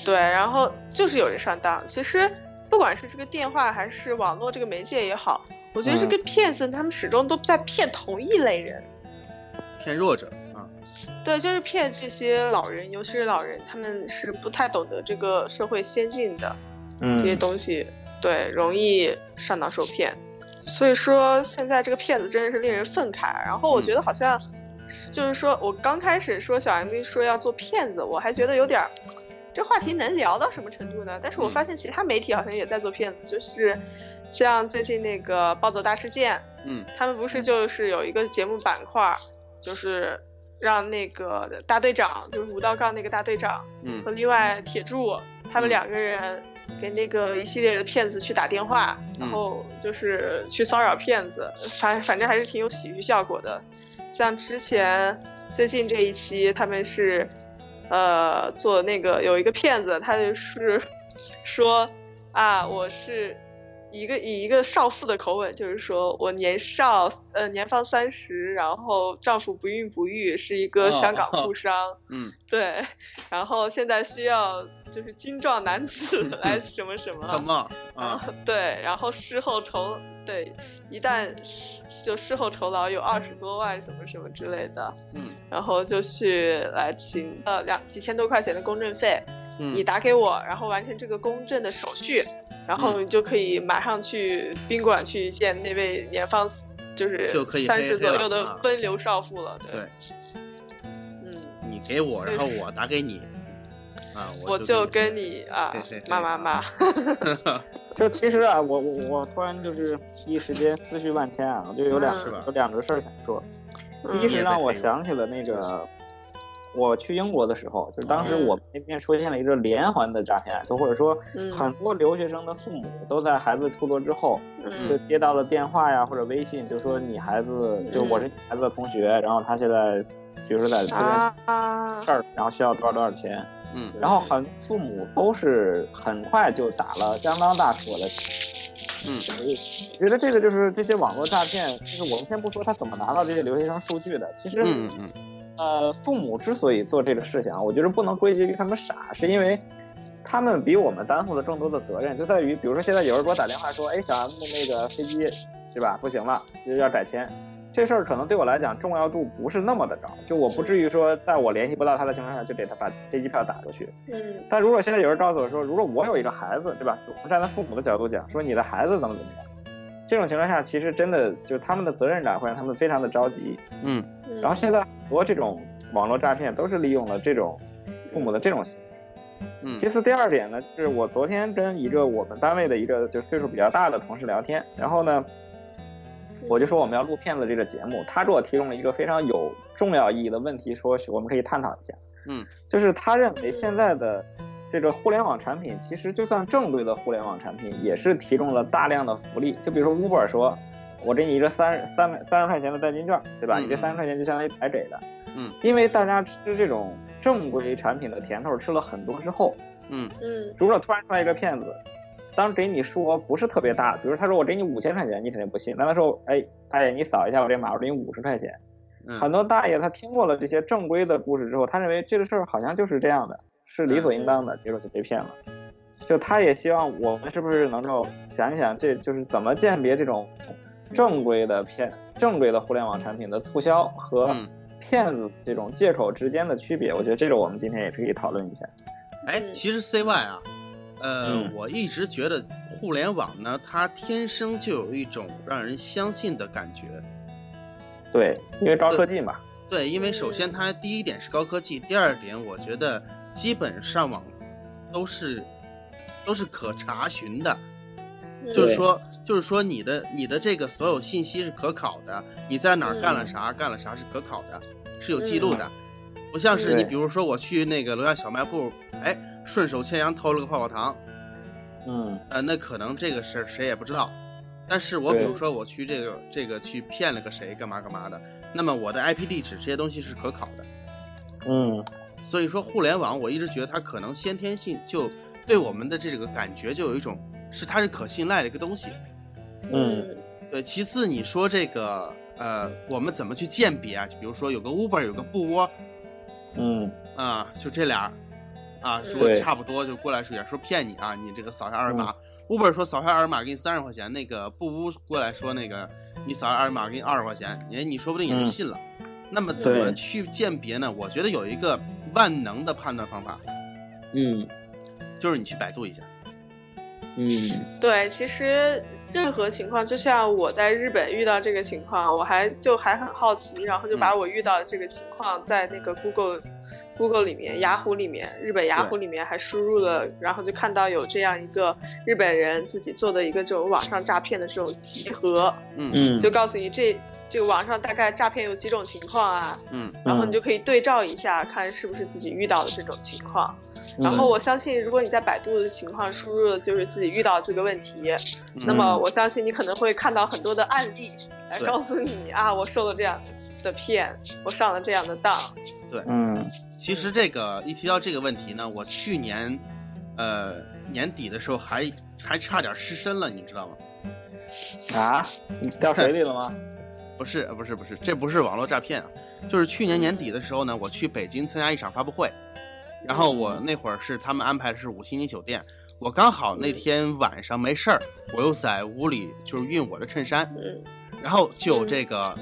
Speaker 4: 对，然后就是有人上当。其实不管是这个电话还是网络这个媒介也好，我觉
Speaker 2: 嗯
Speaker 4: 得这个骗子他们始终都在骗同一类人。
Speaker 2: 骗弱者啊，
Speaker 4: 对，就是骗这些老人，尤其是老人，他们是不太懂得这个社会先进的这些
Speaker 3: 嗯，
Speaker 4: 东西，对，容易上当受骗。所以说，现在这个骗子真的是令人愤慨。然后我觉得好像，就是说我刚开始说小 M 说要做骗子，我还觉得有点儿，这话题能聊到什么程度呢？但是我发现其他媒体好像也在做骗子，就是像最近那个暴走大事件，
Speaker 2: 嗯
Speaker 4: 他们不是就是有一个节目板块儿，就是让那个大队长，就是武道杠那个大队长，
Speaker 2: 嗯
Speaker 4: 和另外铁柱他们两个人给那个一系列的骗子去打电话，然
Speaker 2: 嗯
Speaker 4: 后就是去骚扰骗子，反反正还是挺有喜剧效果的。像之前最近这一期，他们是呃做那个有一个骗子，他就是说啊，我是。一个以一个少妇的口吻，就是说我年少，呃，年方三十，然后丈夫不孕不育，是一个
Speaker 2: 哦
Speaker 4: 香港富商，
Speaker 2: 嗯，
Speaker 4: 对，然后现在需要就是精壮
Speaker 2: <laughs>
Speaker 4: 男子来什么什
Speaker 2: 他
Speaker 4: 么，
Speaker 2: 帽啊，
Speaker 4: 对，然后事后酬对，一旦事就事后酬劳有二十多万什么什么之类的，
Speaker 2: 嗯
Speaker 4: 然后就去来请呃两几千多块钱的公证费，你
Speaker 2: 嗯
Speaker 4: 打给我，然后完成这个公证的手续，然后
Speaker 2: 嗯
Speaker 4: 你就可以马上去宾馆去见那位年方就是
Speaker 2: 就可以
Speaker 4: 三
Speaker 2: 黑
Speaker 4: 十
Speaker 2: 黑
Speaker 4: 左
Speaker 2: 了
Speaker 4: 右
Speaker 2: 啊
Speaker 4: 的奔流少妇了，对，
Speaker 2: 对，
Speaker 4: 嗯。
Speaker 2: 你给我，然后我打给你啊，
Speaker 4: 我
Speaker 2: 就
Speaker 4: 就跟你啊
Speaker 2: 对对对
Speaker 4: 骂骂
Speaker 2: 啊
Speaker 4: 骂，
Speaker 3: 就其实啊，我我我突然就是一时间思绪万千啊，我就有两
Speaker 2: 是吧
Speaker 3: 有两个事儿想说，
Speaker 4: 嗯
Speaker 3: 一是让我想起了那个。我去英国的时候，就是当时我们那边出现了一个连环的诈骗案，就或者说
Speaker 4: 嗯
Speaker 3: 很多留学生的父母都在孩子出国之后，就
Speaker 4: 嗯
Speaker 3: 接到了电话呀或者微信，就说你孩子就我是
Speaker 4: 嗯
Speaker 3: 你孩子的同学，然后他现在比如说在这边
Speaker 4: 啊啊
Speaker 3: 事，儿，然后需要多少多少钱，
Speaker 2: 嗯
Speaker 3: 然后很父母都是很快就打了相当大数额的钱。
Speaker 2: 嗯
Speaker 3: 我觉得这个就是这些网络诈骗，就是我们先不说他怎么拿到这些留学生数据的，其实、
Speaker 2: 嗯嗯
Speaker 3: 呃，父母之所以做这个事情啊，我觉得不能归结于他们傻，是因为他们比我们担负了更多的责任，就在于比如说现在有人给我打电话说，哎，小 M 那个飞机对吧不行了，就要改签，这事儿可能对我来讲重要度不是那么的高，就我不至于说在我联系不到他的情况下就给他把这一票打出去。
Speaker 4: 嗯
Speaker 3: 但如果现在有人告诉我说，如果我有一个孩子，对吧？我们站在父母的角度讲，说你的孩子怎么怎么样，这种情况下，其实真的就是他们的责任感会让他们非常的着急。
Speaker 2: 嗯，
Speaker 4: 嗯
Speaker 3: 然后现在很多这种网络诈骗都是利用了这种父母的这种行为。
Speaker 2: 嗯
Speaker 3: 其次，第二点呢，就是我昨天跟一个我们单位的一个就岁数比较大的同事聊天，然后呢，我就说我们要录骗子这个节目，他给我提供了一个非常有重要意义的问题，说我们可以探讨一下。
Speaker 2: 嗯，
Speaker 3: 就是他认为现在的这个互联网产品，其实就算正规的互联网产品，也是提供了大量的福利。就比如说 Uber 说，我给你一个三三三十块钱的代金券，对吧？
Speaker 2: 嗯
Speaker 3: 你这三十块钱就相当于白给的。
Speaker 2: 嗯，
Speaker 3: 因为大家吃这种正规产品的甜头吃了很多之后，
Speaker 2: 嗯
Speaker 4: 嗯
Speaker 3: 如果突然出来一个骗子，当给你数额不是特别大，比如他说我给你五千块钱，你肯定不信。那他说，哎，大爷你扫一下我这码，我给你五十块钱。
Speaker 2: 嗯，
Speaker 3: 很多大爷他听过了这些正规的故事之后，他认为这个事儿好像就是这样的，是理所应当的，结果就被骗了。就他也希望我们是不是能够想一想，这就是怎么鉴别这种正规的骗、正规的互联网产品的促销和
Speaker 2: 嗯
Speaker 3: 骗子这种借口之间的区别。我觉得这个我们今天也可以讨论一下。
Speaker 2: 哎，
Speaker 4: 嗯
Speaker 2: 其实 CY 啊，呃，
Speaker 3: 嗯
Speaker 2: 我一直觉得互联网呢，它天生就有一种让人相信的感觉。
Speaker 3: 对，因为高科技嘛，
Speaker 2: 对，因为首先它第一点是高科技，第二点我觉得基本上网都是都是可查询的，
Speaker 4: 嗯
Speaker 2: 就是说，就是说你的你的这个所有信息是可考的，你在哪儿干
Speaker 3: 嗯
Speaker 2: 了啥，干了啥是可考的，是有记录的，不像是你
Speaker 3: 对
Speaker 2: 比如说我去那个楼下小卖部，哎，顺手牵羊偷了个泡泡糖，
Speaker 3: 嗯，
Speaker 2: 呃，那可能这个事儿谁也不知道。但是我比
Speaker 3: 对
Speaker 2: 如说我去这个这个去骗了个谁干嘛干嘛的，那么我的 IP 地址这些东西是可考的。
Speaker 3: 嗯，
Speaker 2: 所以说互联网，我一直觉得它可能先天性就对我们的这个感觉就有一种是它是可信赖的一个东西。
Speaker 3: 嗯
Speaker 2: 对，其次你说这个呃，我们怎么去鉴别啊？就比如说有个 Uber，有个不窝
Speaker 3: 嗯，
Speaker 2: 啊、就这俩啊，
Speaker 4: 嗯
Speaker 2: 如果
Speaker 3: 对
Speaker 2: 差不多就过来说也说骗你啊，你这个扫下二维码、u b e r 说扫下二维码给你三十块钱，那个不屋过来说那个你扫下二维码给你二十块钱，哎你你说不定也就
Speaker 3: 嗯
Speaker 2: 信了。那么怎么
Speaker 3: 对
Speaker 2: 去鉴别呢？我觉得有一个万能的判断方法，
Speaker 3: 嗯，
Speaker 2: 就是你去百度一下。
Speaker 3: 嗯，
Speaker 4: 对，其实任何情况，就像我在日本遇到这个情况，我还就还很好奇，然后
Speaker 2: 嗯
Speaker 4: 就把我遇到的这个情况在那个 Google、Google 里面、雅虎里面、日本雅虎里面还输入了，然后就看到有这样一个日本人自己做的一个这种网上诈骗的这种集合，
Speaker 2: 嗯
Speaker 3: 嗯，
Speaker 4: 就告诉你这这个网上大概诈骗有几种情况啊，
Speaker 2: 嗯
Speaker 4: 然后你就可以对照一下，看是不是自己遇到的这种情况。
Speaker 3: 嗯，
Speaker 4: 然后我相信，如果你在百度的情况输入的就是自己遇到这个问题，
Speaker 2: 嗯
Speaker 4: 那么我相信你可能会看到很多的案例来
Speaker 2: 对
Speaker 4: 告诉你啊，我受了这样的骗，我上了这样的当。
Speaker 3: 嗯，
Speaker 2: 其实这个一提到这个问题呢，我去年，呃年底的时候还还差点失身了，你知道吗？
Speaker 3: 啊，你掉水里了吗？
Speaker 2: 不是呃不是不是，这不是网络诈骗啊，就是去年年底的时候呢，我去北京参加一场发布会，然后我那会儿是他们安排的是五星级酒店，我刚好那天晚上没事儿，我又在屋里就是熨我的衬衫，
Speaker 4: 嗯
Speaker 2: 然后就有这个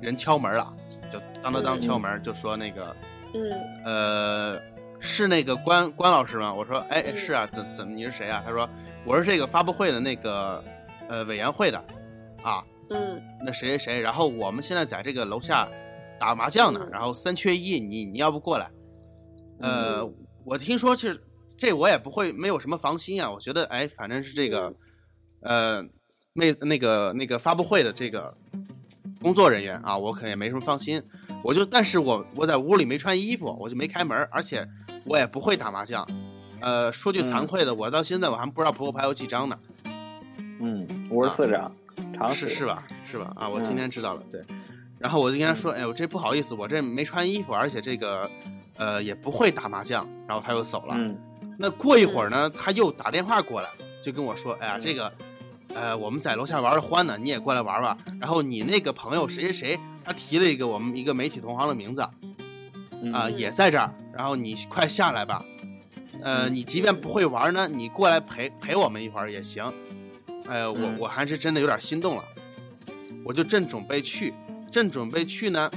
Speaker 2: 人敲门了，就当当当敲门，就说那个
Speaker 4: 嗯
Speaker 2: 呃，是那个关关老师吗？我说，哎，
Speaker 4: 嗯
Speaker 2: 是啊，怎怎么你是谁啊？他说，我是这个发布会的那个呃委员会的，啊，
Speaker 4: 嗯
Speaker 2: 那谁谁谁，然后我们现在在这个楼下打麻将呢，
Speaker 4: 嗯
Speaker 2: 然后三缺一，你你要不过来？呃，我听说是这我也不会没有什么防心啊，我觉得哎，反正是这个，呃，那那个那个发布会的这个工作人员啊，我可能也没什么放心。我就但是我我在屋里没穿衣服，我就没开门，而且我也不会打麻将。呃，说句惭
Speaker 3: 嗯
Speaker 2: 愧的，我到现在我还不知道扑克牌有几张呢。
Speaker 3: <laughs> 嗯，五十四张，常识
Speaker 2: 是是？吧？是吧？啊，我今
Speaker 3: 嗯
Speaker 2: 天知道了，对。然后我就跟他说：“哎，我这不好意思，我这没穿衣服，而且这个，呃，也不会打麻将。”然后他又走了。
Speaker 3: 嗯
Speaker 2: 那过一会儿呢，他又打电话过来，就跟我说：“哎呀，
Speaker 3: 嗯
Speaker 2: 这个，呃，我们在楼下玩的欢呢，你也过来玩吧。然后你那个朋友谁谁谁，他提了一个我们一个媒体同行的名字啊、
Speaker 3: 嗯
Speaker 2: 呃也在这儿。然后你快下来吧。呃，
Speaker 3: 嗯
Speaker 2: 你即便不会玩呢，你过来陪陪我们一会儿也行。哎、我
Speaker 3: 嗯
Speaker 2: 我还是真的有点心动了，我就正准备去，正准备去呢，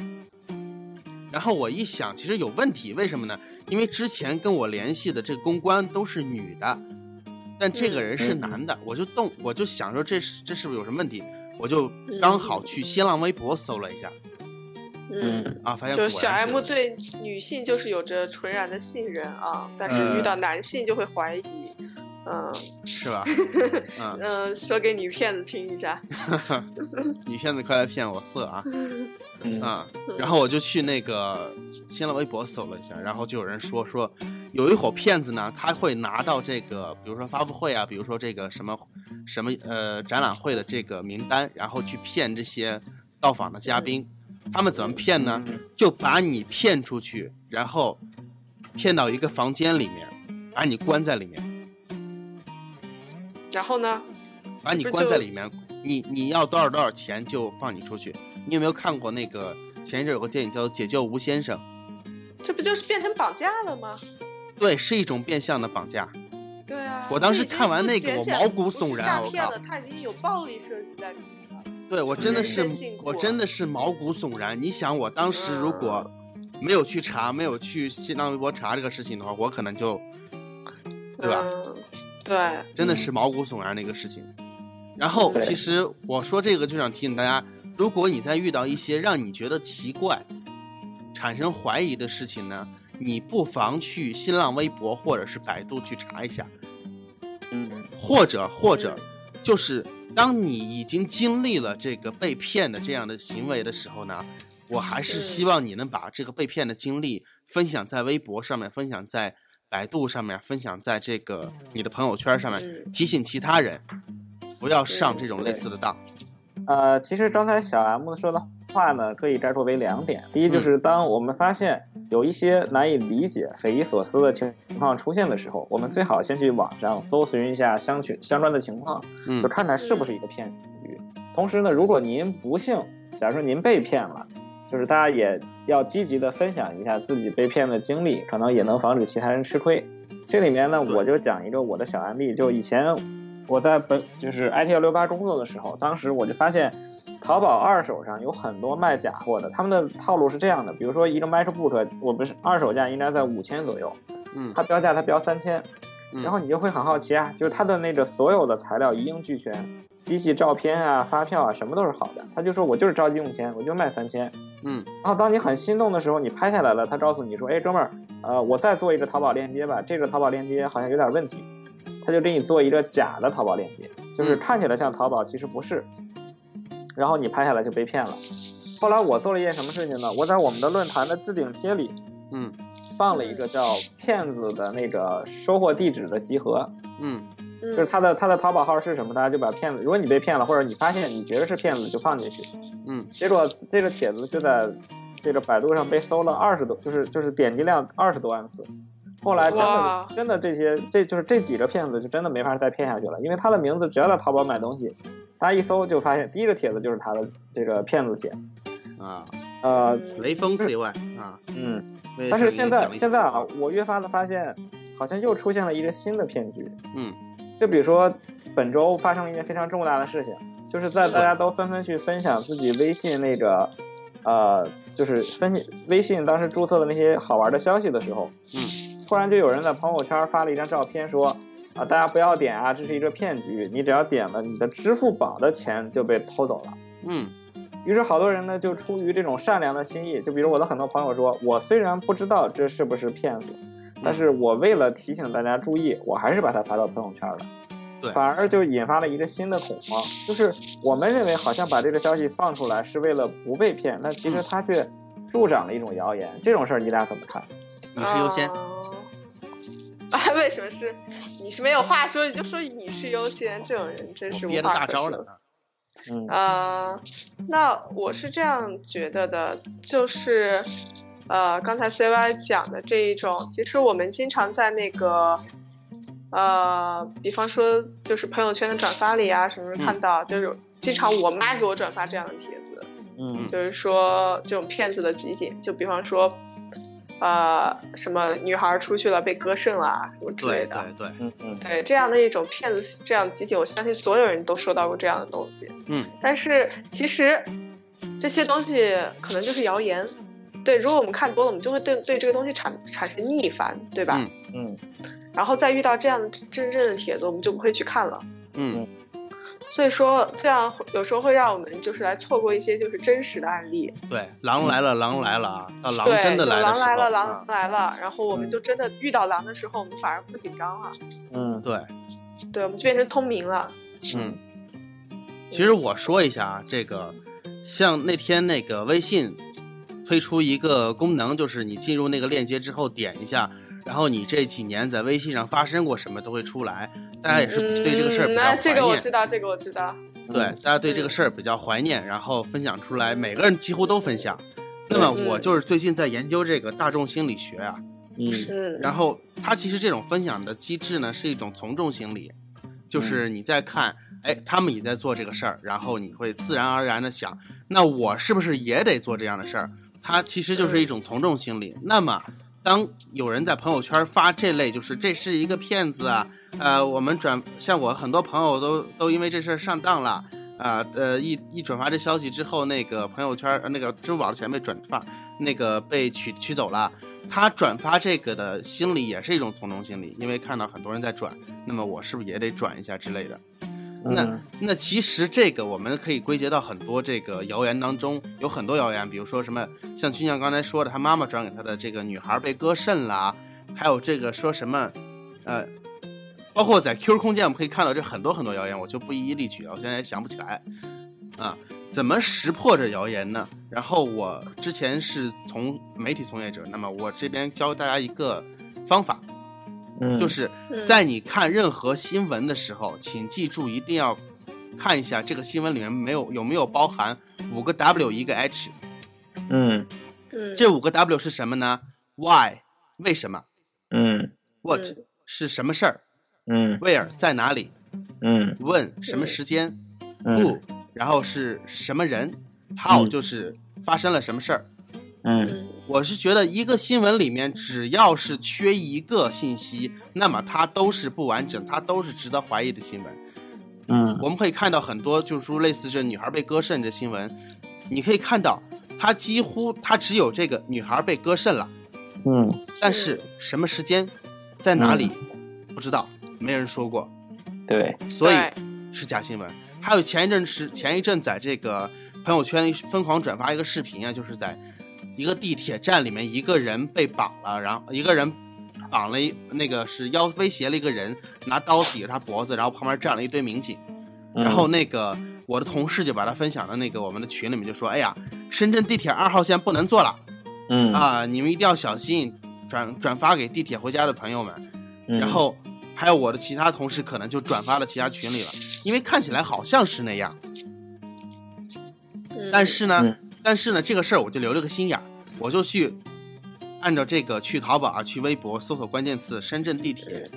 Speaker 2: 然后我一想，其实有问题，为什么呢？因为之前跟我联系的这个公关都是女的，但这
Speaker 4: 嗯
Speaker 2: 个人是男的，我就动，我就想说这是这是不是有什么问题？我就刚好去新浪微博搜了一下
Speaker 4: 嗯，
Speaker 2: 啊，发现果
Speaker 4: 就
Speaker 2: 然
Speaker 4: 是小
Speaker 2: 是
Speaker 4: M 对女性就是有着纯然的信任啊，但
Speaker 2: 嗯
Speaker 4: 是遇到男性就会怀疑。嗯
Speaker 2: 是
Speaker 4: <laughs>
Speaker 2: 吧？嗯，
Speaker 4: 嗯，说给女骗子听一下。
Speaker 2: 女骗子快来骗我色啊！
Speaker 3: 嗯
Speaker 2: 啊，然后我就去那个新浪微博搜了一下，然后就有人说说，有一伙骗子呢，他会拿到这个，比如说发布会啊，比如说这个什么什么呃展览会的这个名单，然后去骗这些到访的嘉宾。他们怎么骗呢？就把你骗出去，然后骗到一个房间里面，把你关在里面，
Speaker 4: 然后呢？
Speaker 2: 把你
Speaker 4: 不是
Speaker 2: 关在
Speaker 4: <laughs> 就
Speaker 2: 里面。你你要多少多少钱就放你出去。你有没有看过那个前一阵有个电影叫做《解救吴先生》？
Speaker 4: 这不就是变成绑架了吗？
Speaker 2: 对，是一种变相的绑架。
Speaker 4: 对啊，
Speaker 2: 我当
Speaker 4: 这
Speaker 2: 时
Speaker 4: 已经
Speaker 2: 看完
Speaker 4: 不
Speaker 2: 那个
Speaker 4: 简
Speaker 2: 我
Speaker 4: 简
Speaker 2: 毛
Speaker 4: 不
Speaker 2: 骨
Speaker 4: 是
Speaker 2: 悚然
Speaker 4: 诈
Speaker 2: 啊我
Speaker 4: 骗
Speaker 2: 靠
Speaker 4: 了，它已经有暴力设计在里面了。
Speaker 2: 对我真的是
Speaker 4: 人性，
Speaker 2: 我
Speaker 4: 过
Speaker 2: 真的是毛骨悚然。你想，我当时如果
Speaker 4: 嗯
Speaker 2: 没有去查，没有去新浪微博查这个事情的话，我可能就，对吧？
Speaker 4: 嗯，对，
Speaker 2: 真的是毛骨悚然的一个事情。然后，
Speaker 3: 对
Speaker 2: 其实我说这个就想提醒大家，如果你在遇到一些让你觉得奇怪、产生怀疑的事情呢，你不妨去新浪微博或者是百度去查一下，
Speaker 3: 嗯
Speaker 2: 或者或者就是当你已经经历了这个被骗的这样的行为的时候呢，我还是希望你能把这个被骗的经历分享在微博上面，分享在百度上面，分享在这个你的朋友圈上面，
Speaker 4: 嗯
Speaker 2: 提醒其他人不要上这种类
Speaker 3: 对
Speaker 2: 似的当。
Speaker 3: 呃，其实刚才小 M 说的话呢，可以概括为两点。第一，就是当我们发现有一些难以理解、匪夷所思的情况出现的时候，我们最好先去网上搜寻一下相去相关的情况，
Speaker 2: 嗯
Speaker 3: 就看看是不是一个骗局。同时呢，如果您不幸，假如说您被骗了，就是大家也要积极的分享一下自己被骗的经历，可能也能防止其他人吃亏。这里面呢，
Speaker 2: 对
Speaker 3: 我就讲一个我的小案例，就以前我在本就是 IT 幺六八工作的时候，当时我就发现。淘宝二手上有很多卖假货的，他们的套路是这样的，比如说一个 MacBook，我们是二手价应该在五千左右，
Speaker 2: 嗯
Speaker 3: 它标价它标三千，
Speaker 2: 嗯
Speaker 3: 然后你就会很好奇啊，就是它的那个所有的材料一应俱全，机器照片啊、发票啊，什么都是好的。他就说我就是着急用钱，我就卖三千。
Speaker 2: 嗯
Speaker 3: 然后当你很心动的时候，你拍下来了，他告诉你说，哎，哥们儿，呃，我再做一个淘宝链接吧，这个淘宝链接好像有点问题，他就给你做一个假的淘宝链接，就是
Speaker 2: 嗯
Speaker 3: 看起来像淘宝，其实不是。然后你拍下来就被骗了。后来我做了一件什么事情呢？我在我们的论坛的置顶贴里
Speaker 2: 嗯
Speaker 3: 放了一个叫“骗子”的那个收货地址的集合，
Speaker 2: 嗯
Speaker 4: 就
Speaker 3: 就是他的他的淘宝号是什么，大家就把骗子，如果你被骗了，或者你发现你觉得是骗子，就放进去。
Speaker 2: 嗯
Speaker 3: 结果这个帖子就在这个百度上被搜了二十多，就是就是点击量二十多万次。后来真的
Speaker 4: 哇
Speaker 3: 真的这些这就是这几个骗子就真的没法再骗下去了，因为他的名字只要在淘宝买东西，大家一搜就发现第一个帖子就是他的这个骗子帖。
Speaker 2: 啊，
Speaker 3: 呃，
Speaker 2: 雷锋 CY 啊，
Speaker 3: 嗯，
Speaker 2: 为
Speaker 3: 但
Speaker 2: 上
Speaker 3: 是现
Speaker 2: 面
Speaker 3: 在
Speaker 2: 奖励
Speaker 3: 现在啊
Speaker 2: 奖励，
Speaker 3: 我越发的发现，好像又出现了一个新的骗局。
Speaker 2: 嗯，
Speaker 3: 就比如说本周发生了一件非常重大的事情，就是在大家都纷纷去分享自己微信那个，呃，就是分析微信当时注册的那些好玩的消息的时候，
Speaker 2: 嗯，
Speaker 3: 突然就有人在朋友圈发了一张照片说。啊，大家不要点啊！这是一个骗局，你只要点了，你的支付宝的钱就被偷走了。
Speaker 2: 嗯
Speaker 3: 于是好多人呢，就出于这种善良的心意，就比如我的很多朋友说，我虽然不知道这是不是骗子，但是我为了提醒大家注意，我还是把它发到朋友圈了。
Speaker 2: 对
Speaker 3: 反而就引发了一个新的恐慌，就是我们认为好像把这个消息放出来是为了不被骗，但其
Speaker 2: 嗯
Speaker 3: 实它却助长了一种谣言。这种事儿你俩怎么看？
Speaker 2: 女士优先，
Speaker 4: 啊， <laughs> 为什么是你是没有话说，你就说你是优先，这种人真是
Speaker 2: 我
Speaker 4: 无
Speaker 2: 憋着
Speaker 4: 话
Speaker 2: 大
Speaker 4: 可
Speaker 2: 招
Speaker 4: 说
Speaker 2: 呢啊。
Speaker 3: 嗯
Speaker 4: 呃，那我是这样觉得的，就是呃，刚才 CY 讲的这一种，其实我们经常在那个呃，比方说就是朋友圈的转发里啊，什么时
Speaker 2: 嗯
Speaker 4: 候看到，就是经常我妈给我转发这样的帖子，
Speaker 3: 嗯
Speaker 4: 就是说这种骗子的集锦，就比方说。呃，什么女孩出去了被割肾了啊，什么之类
Speaker 2: 对
Speaker 4: 的。
Speaker 2: 对对，
Speaker 3: 嗯嗯
Speaker 4: 对，这样的一种骗子这样集锦，我相信所有人都收到过这样的东西。
Speaker 2: 嗯
Speaker 4: 但是其实这些东西可能就是谣言。对，如果我们看多了，我们就会对对这个东西产产生逆反，对吧？
Speaker 2: 嗯
Speaker 3: 嗯
Speaker 4: 然后再遇到这样的真正的帖子，我们就不会去看了。
Speaker 2: 嗯
Speaker 4: 所以说，这样有时候会让我们就是来错过一些就是真实的案例。
Speaker 2: 对，狼来了，狼来了啊！到狼
Speaker 4: 嗯对，
Speaker 2: 真的
Speaker 4: 就
Speaker 2: 来的
Speaker 4: 狼
Speaker 2: 时
Speaker 4: 来
Speaker 2: 候，
Speaker 4: 了，狼
Speaker 2: 啊嗯
Speaker 4: 来了，然后我们就真的遇到狼的时候，我们反而不紧张了，
Speaker 3: 嗯
Speaker 2: 对，
Speaker 4: 对，我们就变成通明了。
Speaker 2: 嗯，其实我说一下啊，这个像那天那个微信推出一个功能，就是你进入那个链接之后点一下，然后你这几年在微信上发生过什么都会出来，大家也是对这个事儿比
Speaker 4: 嗯，
Speaker 2: 较
Speaker 4: 那
Speaker 2: 怀
Speaker 4: 这个我嗯
Speaker 2: 念
Speaker 4: 知，道，这个我知道。
Speaker 3: 嗯
Speaker 2: 对，大家对这个事儿比较怀念，然后分享出来，每个人几乎都分享。那么
Speaker 4: 嗯
Speaker 2: 我就是最近在研究这个大众心理学啊，
Speaker 3: 嗯
Speaker 4: 嗯，
Speaker 2: 然后它其实这种分享的机制呢，是一种从众心理，就是你在看，哎，他们也在做这个事儿，然后你会自然而然的想，那我是不是也得做这样的事儿？它其实就是一种从众心理。那么，当有人在朋友圈发这类，就是这是一个骗子啊，呃，我们转，像我很多朋友都都因为这事儿上当了。啊，呃，一一转发这消息之后，那个朋友圈，呃那个支付宝的钱被转发，那个被取取走了。他转发这个的心理也是一种从众心理，因为看到很多人在转，那么我是不是也得转一下之类的？那
Speaker 3: 嗯
Speaker 2: 那其实这个我们可以归结到很多这个谣言当中，有很多谣言，比如说什么像军将刚才说的，他妈妈转给他的这个女孩被割肾了啊，还有这个说什么，呃，包括在 Q 空间我们可以看到这很多很多谣言，我就不一一例举了，我现在也想不起来啊。怎么识破这谣言呢？然后我之前是从媒体从业者，那么我这边教大家一个方法，
Speaker 3: 嗯
Speaker 2: 就是
Speaker 4: 嗯
Speaker 2: 在你看任何新闻的时候，请记住一定要看一下这个新闻里面没有有没有包含五个 W 一个 H。
Speaker 3: 嗯
Speaker 4: 嗯，
Speaker 2: 这五个 W 是什么呢？Why 为什么
Speaker 3: 嗯
Speaker 2: ？What、
Speaker 4: 嗯
Speaker 2: 是什么事儿
Speaker 3: 嗯
Speaker 2: ？Where 在哪里
Speaker 3: 嗯
Speaker 2: ？When 什么时间、
Speaker 3: 嗯
Speaker 2: w h o 然后是什么人？How、
Speaker 3: 嗯
Speaker 2: 就是发生了什么事儿？
Speaker 3: 嗯
Speaker 4: 嗯
Speaker 2: 我是觉得一个新闻里面只要是缺一个信息，那么它都是不完整，它都是值得怀疑的新闻。
Speaker 3: 嗯
Speaker 2: 我们可以看到很多，就是说类似这女孩被割肾这新闻，你可以看到，它几乎它只有这个女孩被割肾了，
Speaker 3: 嗯
Speaker 2: 但是什么时间，在哪里，不知道，没人说过，
Speaker 3: 对
Speaker 2: 所以
Speaker 4: 对
Speaker 2: 是假新闻。还有前一阵是前一阵在这个朋友圈疯狂转发一个视频啊，就是在一个地铁站里面，一个人被绑了，然后一个人绑了一那个是要威胁了一个人，拿刀抵着他脖子，然后旁边站了一堆民警。
Speaker 3: 嗯
Speaker 2: 然后那个我的同事就把他分享到那个我们的群里面，就说：“哎呀，深圳地铁二号线不能坐了
Speaker 3: 嗯
Speaker 2: 啊，你们一定要小心，转转发给地铁回家的朋友们。”
Speaker 3: 嗯
Speaker 2: 然后还有我的其他同事可能就转发到其他群里了，因为看起来好像是那样，
Speaker 4: 嗯
Speaker 2: 但是呢
Speaker 3: 嗯，
Speaker 2: 但是呢，这个事儿我就留了个心眼儿，我就去按照这个去淘宝啊，去微博搜索关键词“深圳地铁”，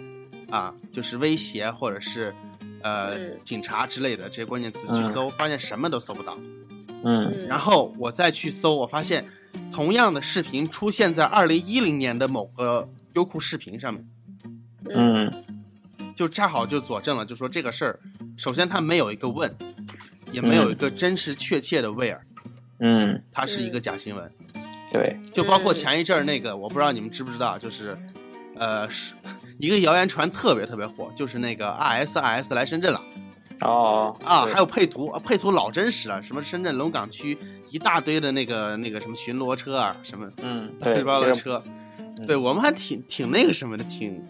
Speaker 2: 啊，就是威胁或者是呃
Speaker 4: 嗯
Speaker 2: 警察之类的这些关键词去搜，发现什么都搜不到。
Speaker 3: 嗯
Speaker 4: 嗯
Speaker 2: 然后我再去搜，我发现同样的视频出现在二零一零年的某个优酷视频上面。
Speaker 4: 嗯
Speaker 3: 嗯
Speaker 2: 就恰好就佐证了，就说这个事儿，首先它没有一个问，也没有一个真实确切的 where，
Speaker 3: 嗯
Speaker 2: 它是一个假新闻。
Speaker 3: 对
Speaker 2: 就包括前一阵儿那个，我不知道你们知不知道，就是，呃，是一个谣言传特别特别火，就是那个 RSRS 来深圳了
Speaker 3: 哦
Speaker 2: 啊，
Speaker 3: 对
Speaker 2: 还有配图，啊配图老真实了，什么深圳龙岗区一大堆的那个那个什么巡逻车啊，什么 <laughs>
Speaker 3: 嗯
Speaker 2: 乱
Speaker 3: 对
Speaker 2: 七八糟的
Speaker 3: 其实
Speaker 2: 车，
Speaker 3: 嗯
Speaker 2: 对我们还挺挺那个什么的，挺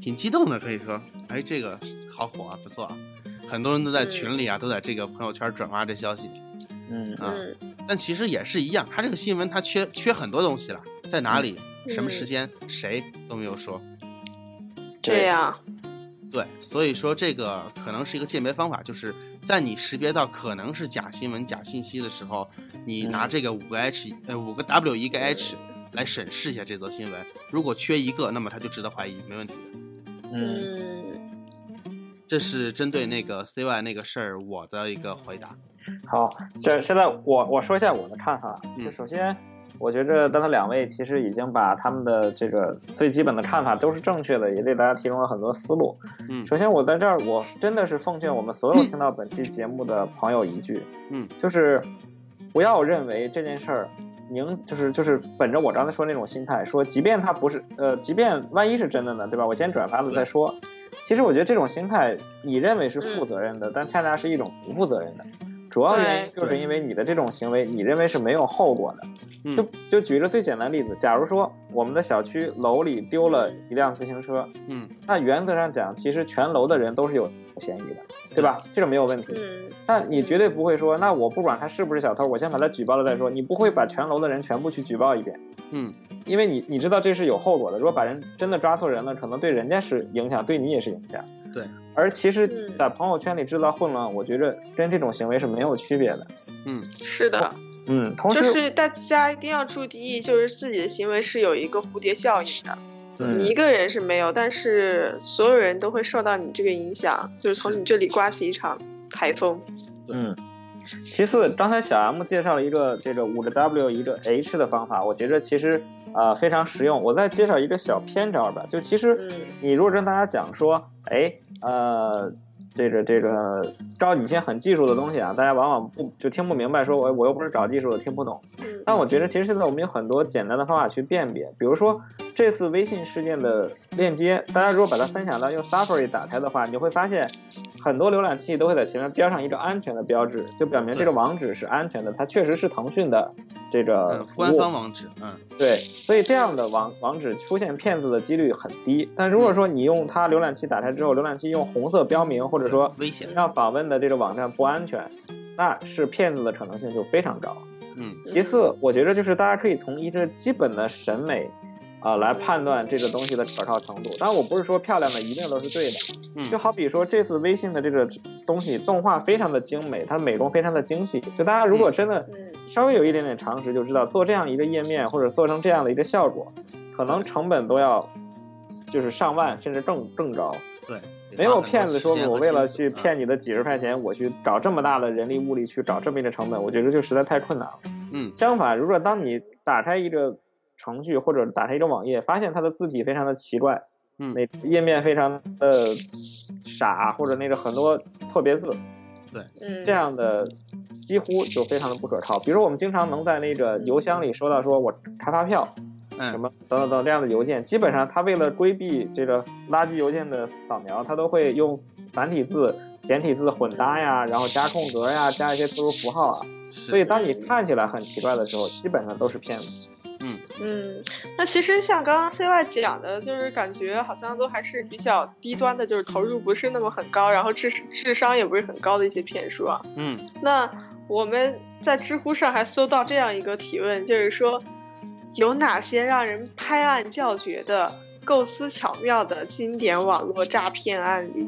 Speaker 2: 挺激动的，可以说，哎，这个好火啊，不错啊，很多人都在群里啊，都在这个朋友圈转发这消息
Speaker 3: 嗯
Speaker 2: 啊，
Speaker 4: 嗯
Speaker 2: 但其实也是一样，他这个新闻他缺缺很多东西了，在哪里、什么时间、谁都没有说，
Speaker 4: 这样，
Speaker 2: 对，所以说这个可能是一个鉴别方法，就是在你识别到可能是假新闻、假信息的时候，你拿
Speaker 3: 嗯
Speaker 2: 这个五个 H，、呃，五个 W 一个 H 来审视一下这则新闻，如果缺一个，那么它就值得怀疑，没问题的。
Speaker 3: 嗯
Speaker 4: 嗯
Speaker 2: 这是针对那个 CY 那个事儿我的一个回答。
Speaker 3: 好，现现在我我说一下我的看法。啊
Speaker 2: 嗯
Speaker 3: 就首先，我觉着刚才两位其实已经把他们的这个最基本的看法都是正确的，也给大家提供了很多思路。
Speaker 2: 嗯
Speaker 3: 首先，我在这儿我真的是奉劝我们所有听到本期节目的朋友一句，
Speaker 2: 嗯，
Speaker 3: 就是不要认为这件事儿明就是就是本着我刚才说那种心态，说即便它不是呃，即便万一是真的呢，对吧？我先转发了再说。其实我觉得这种心态，你认为是负责任的，但恰恰是一种不负责任的。主要原因就是因为你的这种行为，你认为是没有后果的。
Speaker 2: 嗯
Speaker 3: 就就举一个最简单的例子，假如说我们的小区楼里丢了一辆自行车，
Speaker 2: 嗯，
Speaker 3: 那原则上讲，其实全楼的人都是有嫌疑的，对吧？这个没有问题。
Speaker 4: 嗯，
Speaker 3: 那你绝对不会说，那我不管他是不是小偷，我先把他举报了再说。你不会把全楼的人全部去举报一遍，
Speaker 2: 嗯，
Speaker 3: 因为你你知道这是有后果的。如果把人真的抓错人了，可能对人家是影响，对你也是影响。
Speaker 2: 对。
Speaker 3: 而其实，
Speaker 4: 嗯
Speaker 3: 在朋友圈里制造混乱，我觉着跟这种行为是没有区别的。
Speaker 4: 是的，
Speaker 3: 嗯，同时，
Speaker 4: 就是大家一定要注意，就是自己的行为是有一个蝴蝶效应的。
Speaker 3: 嗯
Speaker 4: 你一个人是没有，但是所有人都会受到你这个影响，就是从
Speaker 2: 是
Speaker 4: 你这里刮起一场台风。
Speaker 3: 嗯，其次，刚才小 M 介绍了一个这个五个 W 一个 H 的方法，我觉着其实啊、呃非常实用。我再介绍一个小偏招吧，就其实
Speaker 4: 嗯
Speaker 3: 你如果跟大家讲说，哎，呃，这个这个找你一些很技术的东西啊，大家往往不就听不明白说，我我又不是找技术的，听不懂。
Speaker 4: 嗯
Speaker 3: 但我觉得其实现在我们有很多简单的方法去辨别，比如说这次微信事件的链接，大家如果把它分享到用 Safari 打开的话，你就会发现很多浏览器都会在前面标上一个安全的标志，就表明这个网址是安全的，它确实是腾讯的这个
Speaker 2: 嗯，
Speaker 3: 服务。
Speaker 2: 官方网址，嗯，
Speaker 3: 对，所以这样的网网址出现骗子的几率很低。但
Speaker 2: 嗯
Speaker 3: 如果说你用它浏览器打开之后，浏览器用红色标明或者说
Speaker 2: 危险，
Speaker 3: 让访问的这个网站不安全，那是骗子的可能性就非常高。
Speaker 2: 嗯
Speaker 3: 其次，我觉得就是大家可以从一个基本的审美啊、来判断这个东西的可靠程度。当然，我不是说漂亮的一定都是对的，
Speaker 2: 嗯
Speaker 3: 就好比说这次微信的这个东西动画非常的精美，它美工非常的精细，所以大家如果真的
Speaker 4: 嗯
Speaker 3: 稍微有一点点常识，就知道做这样一个页面或者做成这样的一个效果，可能成本都要就是上万甚至更更高。
Speaker 2: 对，
Speaker 3: 没有骗子说
Speaker 2: 得花很多时间和
Speaker 3: 我为了
Speaker 2: 心思嗯
Speaker 3: 去骗，你的几十块钱，我去找这么大的人力物力去找这么一个成本，我觉得就实在太困难了。
Speaker 2: 嗯
Speaker 3: 相反，如果当你打开一个程序或者打开一个网页，发现它的字体非常的奇怪，
Speaker 2: 嗯
Speaker 3: 那页面非常的傻，或者那个很多错别字，
Speaker 4: 嗯，
Speaker 3: 这样的几乎就非常的不可靠。比如我们经常能在那个邮箱里收到说我查发票
Speaker 2: 嗯
Speaker 3: 什么等等等这样的邮件，基本上它为了规避这个垃圾邮件的扫描，它都会用繁体字。简体字混搭呀，然后加空格呀，加一些特殊符号啊，
Speaker 2: 嗯，是
Speaker 3: 所以当你看起来很奇怪的时候，基本上都是骗子。
Speaker 2: 嗯
Speaker 4: 嗯，那其实像刚刚 CY 讲的，就是感觉好像都还是比较低端的，就是投入不是那么很高，然后智智商也不是很高的一些骗术啊。
Speaker 2: 嗯
Speaker 4: 那我们在知乎上还搜到这样一个提问，就是说有哪些让人拍案叫绝的、构思巧妙的经典网络诈骗案例？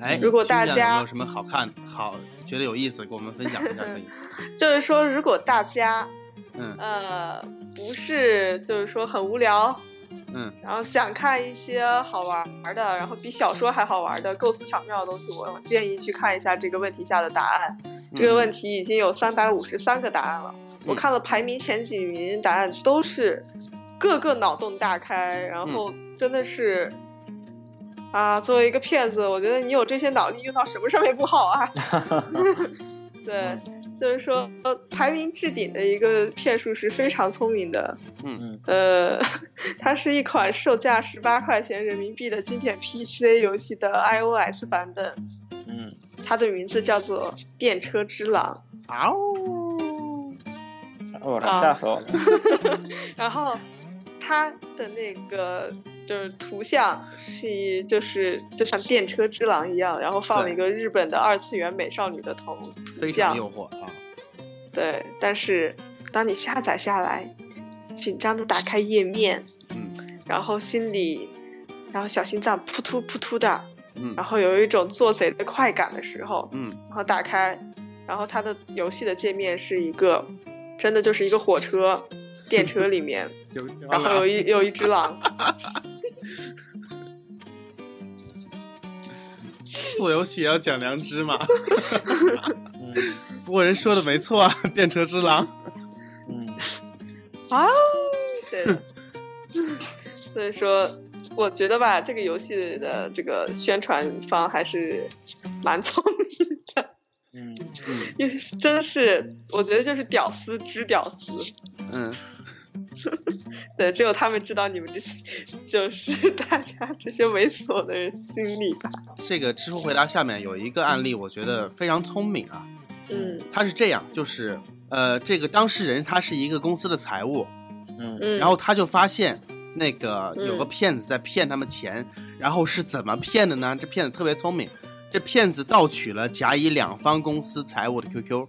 Speaker 2: 哎，
Speaker 4: 如果大
Speaker 2: 听见了有没
Speaker 4: 家
Speaker 2: 有什么好看、好觉得有意思，给我们分享一下可以。
Speaker 4: 就是说，如果大家
Speaker 2: 嗯
Speaker 4: 呃不是就是说很无聊，
Speaker 2: 嗯，
Speaker 4: 然后想看一些好玩儿的，然后比小说还好玩儿的、构思巧妙的东西，我建议去看一下这个问题下的答案。 <laughs>
Speaker 2: 嗯
Speaker 4: 这个问题已经有三百五十三个答案了，我看了排名前几名答案都是个个脑洞大开，然
Speaker 2: 嗯
Speaker 4: 后真的是。啊，作为一个骗子，我觉得你有这些脑力用到什么上面不好啊？ <laughs> 对，就是说呃排名置顶的一个骗术是非常聪明的。
Speaker 2: 嗯
Speaker 4: 呃， <laughs> 它是一款售价十八块钱人民币的经典 PC 游戏的 iOS 版本，
Speaker 3: 嗯，
Speaker 4: 它的名字叫做《电车之狼
Speaker 2: 啊呜，
Speaker 3: 我
Speaker 4: 啊
Speaker 3: 操，吓死我了！》，
Speaker 4: 然后它的那个就是图像是就是就像电车之狼一样，然后放了一个日本的二次元美少女的头图
Speaker 2: 非常
Speaker 4: 像，
Speaker 2: 诱惑啊！
Speaker 4: 对，但是当你下载下来，紧张的打开页面，
Speaker 2: 嗯
Speaker 4: 然后心里，然后小心脏扑突扑突的，
Speaker 2: 嗯
Speaker 4: 然后有一种做贼的快感的时候，
Speaker 2: 嗯
Speaker 4: 然后打开，然后它的游戏的界面是一个，真的就是一个火车，电车里面，
Speaker 2: 嗯
Speaker 4: 然后有一有一只狼，
Speaker 2: 做啊游戏也要讲良知
Speaker 4: <laughs>
Speaker 2: 嘛。
Speaker 3: 嗯
Speaker 2: 不过人说的没错啊，电车之
Speaker 4: <laughs>
Speaker 2: 狼。
Speaker 3: 嗯
Speaker 4: 啊，对的， <laughs> 所以说。我觉得吧，这个游戏的这个宣传方还是蛮聪明的。
Speaker 3: 嗯，
Speaker 4: 也是真是，我觉得就是屌丝之屌丝，
Speaker 2: 嗯，
Speaker 4: 对，只有他们知道你们这些，就是 <laughs> 大家这些猥琐的人心里吧。
Speaker 2: 这个知乎回答下面有一个案例，我觉得非常聪明啊。
Speaker 4: 嗯
Speaker 2: 他是这样，就是呃，这个当事人他是一个公司的财务，
Speaker 3: 嗯
Speaker 4: 嗯，
Speaker 2: 然后他就发现那个有个
Speaker 4: 嗯
Speaker 2: 骗子在骗他们钱，然后是怎么骗的呢？这骗子特别聪明，这骗子盗取了甲乙两方公司财务的 QQ，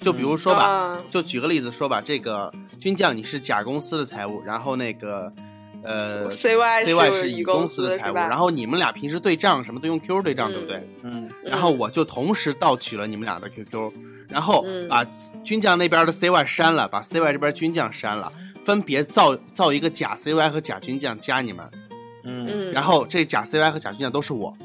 Speaker 2: 就比如说吧，
Speaker 4: 啊
Speaker 2: 就举个例子说吧，这个军将你是甲公司的财务，然后那个呃
Speaker 4: CY
Speaker 2: 是
Speaker 4: 是
Speaker 2: 乙
Speaker 4: 乙
Speaker 2: 公
Speaker 4: 公
Speaker 2: 司
Speaker 4: 司
Speaker 2: 的
Speaker 4: 的
Speaker 2: 财
Speaker 4: 财
Speaker 2: 务，
Speaker 4: 务
Speaker 2: 然后你们俩平时对账什么都用 QQ 对账，对不对？
Speaker 3: 嗯
Speaker 2: 然后我就同时盗取了你们俩的 QQ，然后
Speaker 4: 嗯
Speaker 2: 把军将那边的 CY 删了，把 CY 这边军将删了，分别造造一个假 CY 和假军将加你们，
Speaker 3: 嗯
Speaker 4: 嗯，
Speaker 2: 然后这假 CY 和假军将都是我。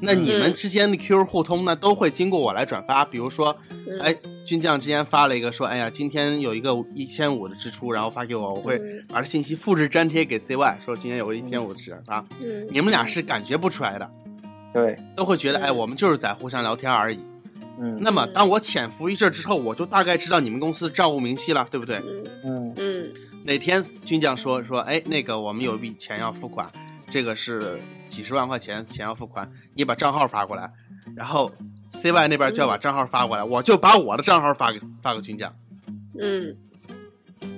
Speaker 2: 那你们
Speaker 4: 嗯
Speaker 2: 之间的 QQ 互通呢，都会经过我来转发。比如说，
Speaker 4: 嗯
Speaker 2: 哎，军将之前发了一个说，哎呀，今天有一个一千五的支出，然后发给我，我会
Speaker 4: 嗯
Speaker 2: 把这信息复制粘贴给 CY，说今天有一千五的支出啊。
Speaker 4: 嗯
Speaker 2: 你们俩是感觉不出来的，
Speaker 3: 对，
Speaker 2: 都会觉得，哎，
Speaker 4: 嗯
Speaker 2: 我们就是在互相聊天而已。
Speaker 3: 嗯
Speaker 2: 那么，
Speaker 4: 嗯
Speaker 2: 当我潜伏一阵儿之后，我就大概知道你们公司的账务明细了，对不对？
Speaker 4: 嗯
Speaker 3: 嗯
Speaker 4: 嗯
Speaker 2: 哪天军将说说，哎，那个我们有一笔钱要付款，这个是几十万块钱，钱要付款，你把账号发过来，然后 CY 那边就要把账号发过来，我就把我的账号发给发给军将。
Speaker 4: 嗯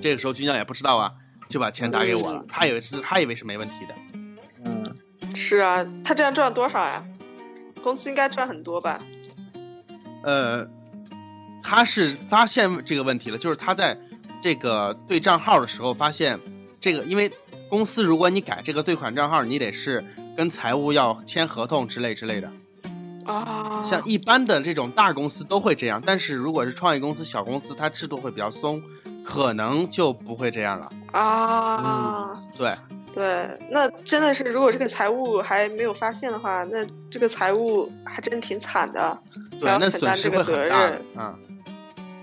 Speaker 2: 这个时候军将也不知道啊，就把钱打给我了，他以为是他以为是没问题的，
Speaker 3: 嗯，
Speaker 4: 是啊，他这样赚多少呀？公司应该赚很多吧？
Speaker 2: 呃，他是发现这个问题了，就是他在这个对账号的时候发现这个，因为公司如果你改这个对款账号，你得是跟财务要签合同之类之类的。
Speaker 4: 啊，
Speaker 2: 像一般的这种大公司都会这样，但是如果是创业公司、小公司，它制度会比较松，可能就不会这样了。
Speaker 4: 啊，
Speaker 2: 对，
Speaker 4: 对，那真的是，如果这个财务还没有发现的话，那这个财务还真挺惨的。
Speaker 2: 对，
Speaker 4: 要
Speaker 2: 那
Speaker 4: 承
Speaker 2: 损
Speaker 4: 担
Speaker 2: 失
Speaker 4: 这
Speaker 2: 会
Speaker 4: 个责
Speaker 2: 很大的
Speaker 4: 任
Speaker 2: 啊、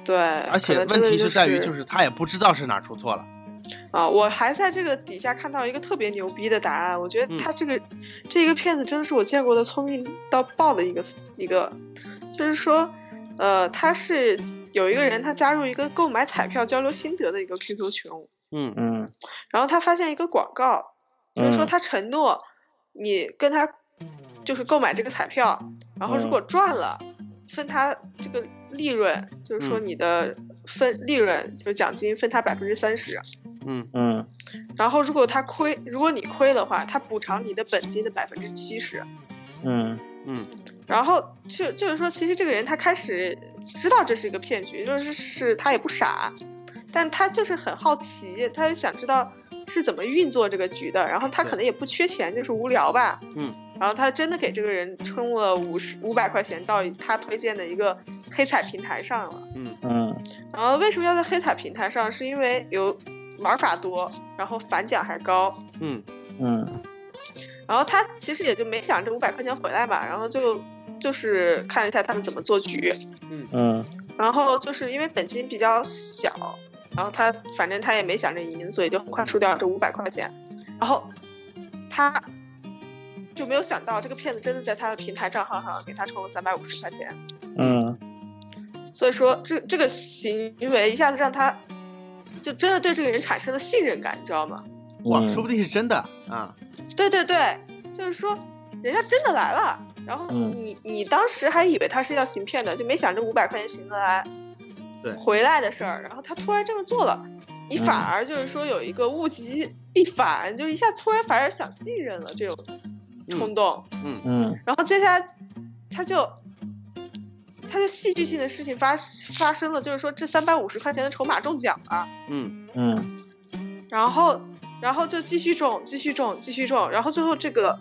Speaker 4: 对，
Speaker 2: 而且
Speaker 4: 可能
Speaker 2: 问
Speaker 4: 真的
Speaker 2: 题
Speaker 4: 就是
Speaker 2: 在于，
Speaker 4: 是
Speaker 2: 就是他也不知道是哪儿出错了。
Speaker 4: 啊，我还在这个底下看到一个特别牛逼的答案，我觉
Speaker 2: 嗯
Speaker 4: 得他这个、这个骗子真的是我见过的聪明到爆的一个一个，就是说，呃，他是有一个人他加入一个购买彩票交流心得的一个 QQ 群，
Speaker 2: 嗯
Speaker 3: 嗯，
Speaker 4: 然后他发现一个广告，就是说
Speaker 3: 嗯
Speaker 4: 他承诺你跟他就是购买这个彩票，然后如果赚了，分他这个利润，就是说
Speaker 2: 嗯
Speaker 4: 你的分利润就是奖金分他百分之三十，
Speaker 2: 嗯
Speaker 3: 嗯
Speaker 4: 然后如果他亏，如果你亏的话，他补偿你的本金的百分之七十。
Speaker 3: 嗯
Speaker 2: 嗯
Speaker 4: 然后就就是说，其实这个人他开始知道这是一个骗局，就是是他也不傻，但他就是很好奇，他就想知道是怎么运作这个局的。然后他可能也不缺钱，就是无聊吧。
Speaker 2: 嗯。
Speaker 4: 然后他真的给这个人充了五十五百块钱到他推荐的一个黑彩平台上了。
Speaker 2: 嗯
Speaker 3: 嗯
Speaker 4: 然后为什么要在黑彩平台上？是因为有玩法多，然后返奖还高。
Speaker 2: 嗯
Speaker 3: 嗯
Speaker 4: 然后他其实也就没想这五百块钱回来吧，然后就就是看一下他们怎么做局，
Speaker 3: 嗯
Speaker 4: 然后就是因为本金比较小，然后他反正他也没想着赢，所以就很快输掉这五百块钱，然后他就没有想到这个骗子真的在他的平台账号上给他充了三百五十块钱，
Speaker 3: 嗯
Speaker 4: 所以说这这个行为一下子让他就真的对这个人产生了信任感，你知道吗？
Speaker 3: 嗯
Speaker 2: 哇，说不定是真的啊。
Speaker 4: 对对对，就是说人家真的来了，然后
Speaker 3: 嗯
Speaker 4: 你、你当时还以为他是要行骗的，就没想这五百块钱行得来，
Speaker 2: 对
Speaker 4: 回来的事儿，然后他突然这么做了，你反
Speaker 3: 嗯
Speaker 4: 而就是说有一个物极必反，就一下突然反而想信任了这种冲动，
Speaker 2: 嗯
Speaker 3: 嗯
Speaker 4: 然后接下来他就。他就戏剧性的事情发发生了，就是说这三百五十块钱的筹码中奖了，
Speaker 2: 嗯
Speaker 3: 嗯
Speaker 4: 然后，然后就继续种，继续种，继续种，然后最后这个，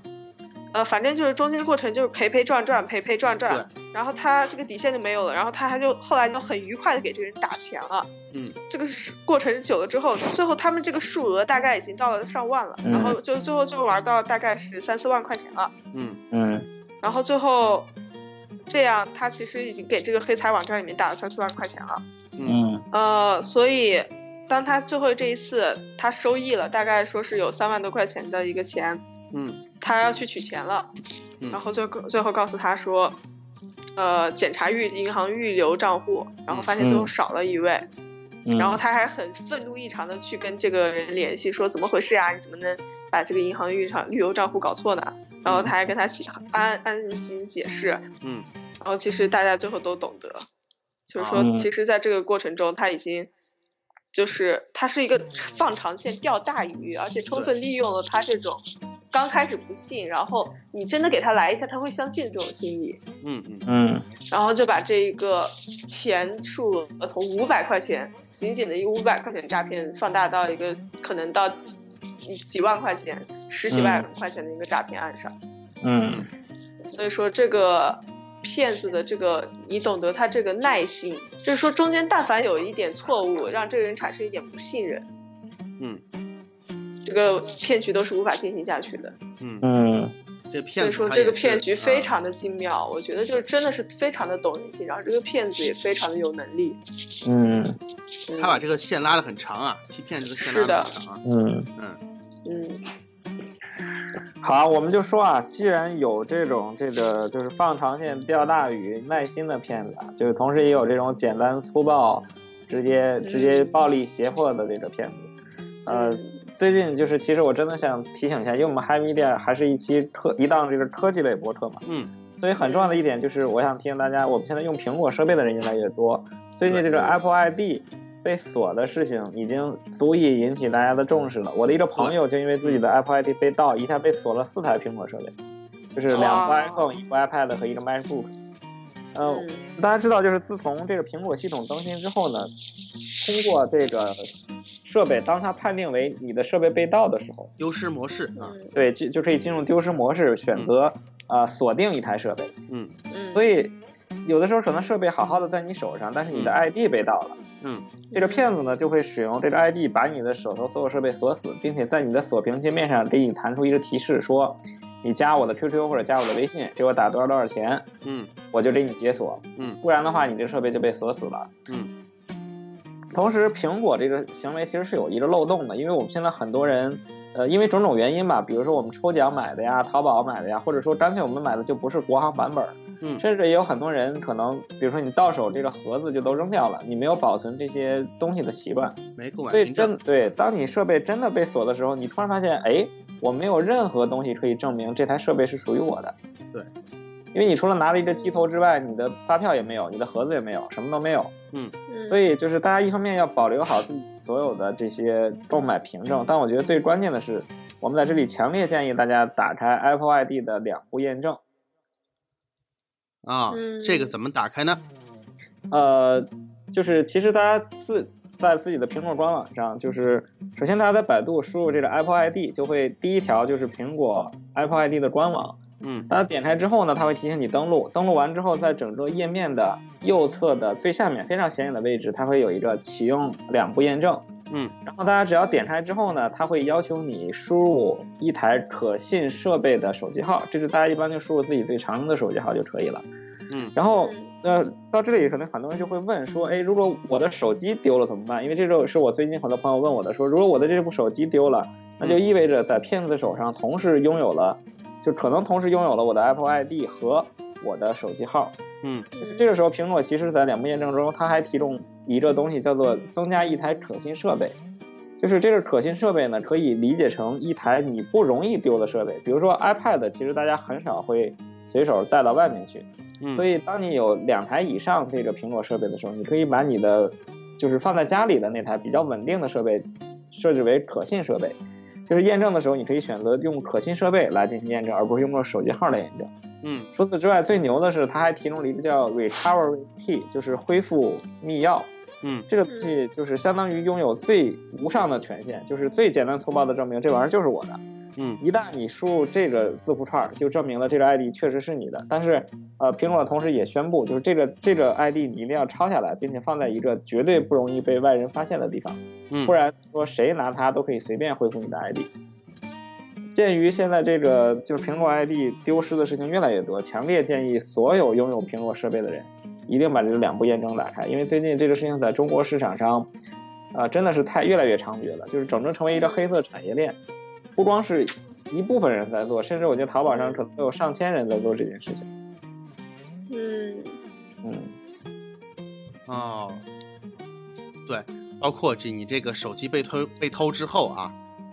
Speaker 4: 呃，反正就是中间的过程就是赔赔赚赚，赔赔赚赚，然后他这个底线就没有了，然后他还就后来就很愉快的给这个人打钱了。
Speaker 2: 嗯
Speaker 4: 这个是过程久了之后，最后他们这个数额大概已经到了上万了，然后就最后就玩到大概是三四万块钱了，
Speaker 2: 嗯
Speaker 3: 嗯
Speaker 4: 然后最后。这样，他其实已经给这个黑财网站里面打了三四万块钱了。
Speaker 2: 嗯
Speaker 3: 嗯
Speaker 4: 呃，所以当他最后这一次他收益了，大概说是有三万多块钱的一个钱，
Speaker 2: 嗯
Speaker 4: 他要去取钱了
Speaker 2: 嗯，
Speaker 4: 然后最后最后告诉他说，呃检查预银行预留账户，然后发现最后少了一位，
Speaker 3: 嗯
Speaker 4: 然后他还很愤怒异常的去跟这个人联系，说怎么回事呀、你怎么能把这个银行预账预留账户搞错呢？然后他还跟他解安安心解释，
Speaker 2: 嗯，
Speaker 4: 然后其实大家最后都懂得，就是
Speaker 3: 嗯
Speaker 4: 说，其实在这个过程中，他已经就是他是一个放长线钓大鱼，而且充分利用了他这种刚开始不信，然后你真的给他来一下，他会相信这种心理，
Speaker 2: 嗯嗯，
Speaker 3: 嗯
Speaker 4: 然后就把这一个钱数额从五百块钱仅仅的一个五百块钱诈骗放大到一个可能到几几万块钱、十几万块钱的一个诈骗案上。
Speaker 3: 嗯
Speaker 4: 所以说这个骗子的这个，你懂得他这个耐心，就是说中间但凡有一点错误，让这个人产生一点不信任，
Speaker 2: 嗯，
Speaker 4: 这个骗局都是无法进行下去的。
Speaker 2: 嗯嗯，
Speaker 3: 嗯
Speaker 2: 这
Speaker 4: 所
Speaker 2: 骗
Speaker 4: 以
Speaker 2: 子
Speaker 4: 说
Speaker 2: 他
Speaker 4: 这
Speaker 2: 也
Speaker 4: 个
Speaker 2: 是
Speaker 4: 骗局非，
Speaker 2: 啊
Speaker 4: 常的精妙，我觉得就是真的是非常的懂人性，然后这个骗子也非常的有能力。
Speaker 3: 嗯
Speaker 4: 嗯
Speaker 2: 他把这个线拉的很长啊，欺骗这个线
Speaker 4: 是
Speaker 2: 拉
Speaker 4: 的
Speaker 2: 的很长啊，
Speaker 3: 嗯，
Speaker 2: 嗯
Speaker 4: 嗯
Speaker 3: 好，我们就说啊，既然有这种这个就是放长线钓大鱼、耐心的骗子，啊，就是同时也有这种简单粗暴、直接直接暴力胁迫的这个骗子。
Speaker 4: 嗯
Speaker 3: 呃，最近就是其实我真的想提醒一下，因为我们 High Media 还是一期科一档这个科技类播客嘛，
Speaker 2: 嗯
Speaker 3: 所以很重要的一点就是，我想提醒大家，我们现在用苹果设备的人越来越多，最近这个
Speaker 2: 对
Speaker 3: Apple ID 被锁的事情已经足以引起大家的重视了。我的一个朋友就因为自己的 Apple ID 被盗，一下被锁了四台苹果设备，就是两部
Speaker 4: 哇
Speaker 3: iPhone、一部 iPad 和一个 MacBook。嗯、
Speaker 4: 嗯
Speaker 3: 大家知道，就是自从这个苹果系统更新之后呢，通过这个设备，当它判定为你的设备被盗的时候，
Speaker 2: 丢失模式啊，
Speaker 4: 嗯
Speaker 3: 对，就就可以进入丢失模式，选择啊、呃锁定一台设备。
Speaker 2: 嗯
Speaker 4: 嗯，
Speaker 3: 所
Speaker 4: 以
Speaker 3: 以有的时候可能设备好好的在你手上，但是你的
Speaker 2: 嗯
Speaker 3: ID 被盗了。
Speaker 2: 嗯
Speaker 3: 这个骗子呢就会使用这个 ID 把你的手头所有设备锁死，并且在你的锁屏界面上给你弹出一个提示说。你加我的 QQ 或者加我的微信，给我打多少多少钱，
Speaker 2: 嗯
Speaker 3: 我就给你解锁。
Speaker 2: 嗯
Speaker 3: 不然的话，你这个设备就被锁死了。
Speaker 2: 嗯
Speaker 3: 同时，苹果这个行为其实是有一个漏洞的，因为我们现在很多人，呃，因为种种原因吧，比如说我们抽奖买的呀、淘宝买的呀，或者说干脆我们买的就不是国行版本儿，
Speaker 2: 嗯
Speaker 3: 甚至也有很多人可能，比如说你到手这个盒子就都扔掉了，你没有保存这些东西的习惯，
Speaker 2: 嗯，没购买
Speaker 3: 所以
Speaker 2: 凭
Speaker 3: 真
Speaker 2: 证，
Speaker 3: 对，当你设备真的被锁的时候，你突然发现，哎，我没有任何东西可以证明这台设备是属于我的。
Speaker 2: 对，
Speaker 3: 因为你除了拿了一个机头之外，你的发票也没有，你的盒子也没有，什么都没有。
Speaker 4: 嗯
Speaker 3: 所以就是大家一方面要保留好自己所有的这些购买凭证，但我觉得最关键的是，我们在这里强烈建议大家打开 Apple ID 的两步验证。
Speaker 2: 啊，
Speaker 4: 嗯
Speaker 2: 这个怎么打开呢？
Speaker 3: 呃，就是其实大家自在自己的苹果官网上，就是首先大家在百度输入这个 Apple ID，就会第一条就是苹果 Apple ID 的官网。
Speaker 2: 嗯
Speaker 3: 大家点开之后呢，它会提醒你登录。登录完之后，在整个页面的右侧的最下面非常显眼的位置，它会有一个启用两步验证。
Speaker 2: 嗯，
Speaker 3: 然后大家只要点开之后呢，它会要求你输入一台可信设备的手机号，这是大家一般就输入自己最常用的手机号就可以了。
Speaker 2: 嗯
Speaker 3: 然后呃，到这里可能很多人就会问说，哎，如果我的手机丢了怎么办？因为这种是我最近很多朋友问我的，说如果我的这部手机丢了，那就意味着在骗子手上同时拥有了，就可能同时拥有了我的 Apple ID 和我的手机号。
Speaker 2: 嗯
Speaker 3: 就是这个时候，苹果其实在两步验证中，它还提供一个东西叫做增加一台可信设备，就是这个可信设备呢，可以理解成一台你不容易丢的设备。比如说 iPad，其实大家很少会随手带到外面去，
Speaker 2: 嗯，
Speaker 3: 所以当你有两台以上这个苹果设备的时候，你可以把你的就是放在家里的那台比较稳定的设备设置为可信设备，就是验证的时候，你可以选择用可信设备来进行验证，而不是用手机号来验证。
Speaker 2: 嗯
Speaker 3: 除此之外，最牛的是它还提供了一个叫 recovery key，就是恢复密钥。
Speaker 2: 嗯
Speaker 3: 这个东西就是相当于拥有最无上的权限，就是最简单粗暴的证明这玩意儿就是我的。
Speaker 2: 嗯
Speaker 3: 一旦你输入这个字符串儿，就证明了这个 ID 确实是你的。但是，呃，苹果同时也宣布，就是这个这个 ID 你一定要抄下来，并且放在一个绝对不容易被外人发现的地方。
Speaker 2: 嗯，
Speaker 3: 不然说谁拿它都可以随便恢复你的 ID。鉴于现在这个就是苹果 ID 丢失的事情越来越多，强烈建议所有拥有苹果设备的人一定把这两步验证打开，因为最近这个事情在中国市场上，呃，真的是太越来越猖獗了，就是整个成为一个黑色产业链，不光是一部分人在做，甚至我觉得淘宝上可能有上千人在做这件事情。
Speaker 4: 嗯，
Speaker 2: 哦，对，包括这你这个手机被偷被偷之后啊，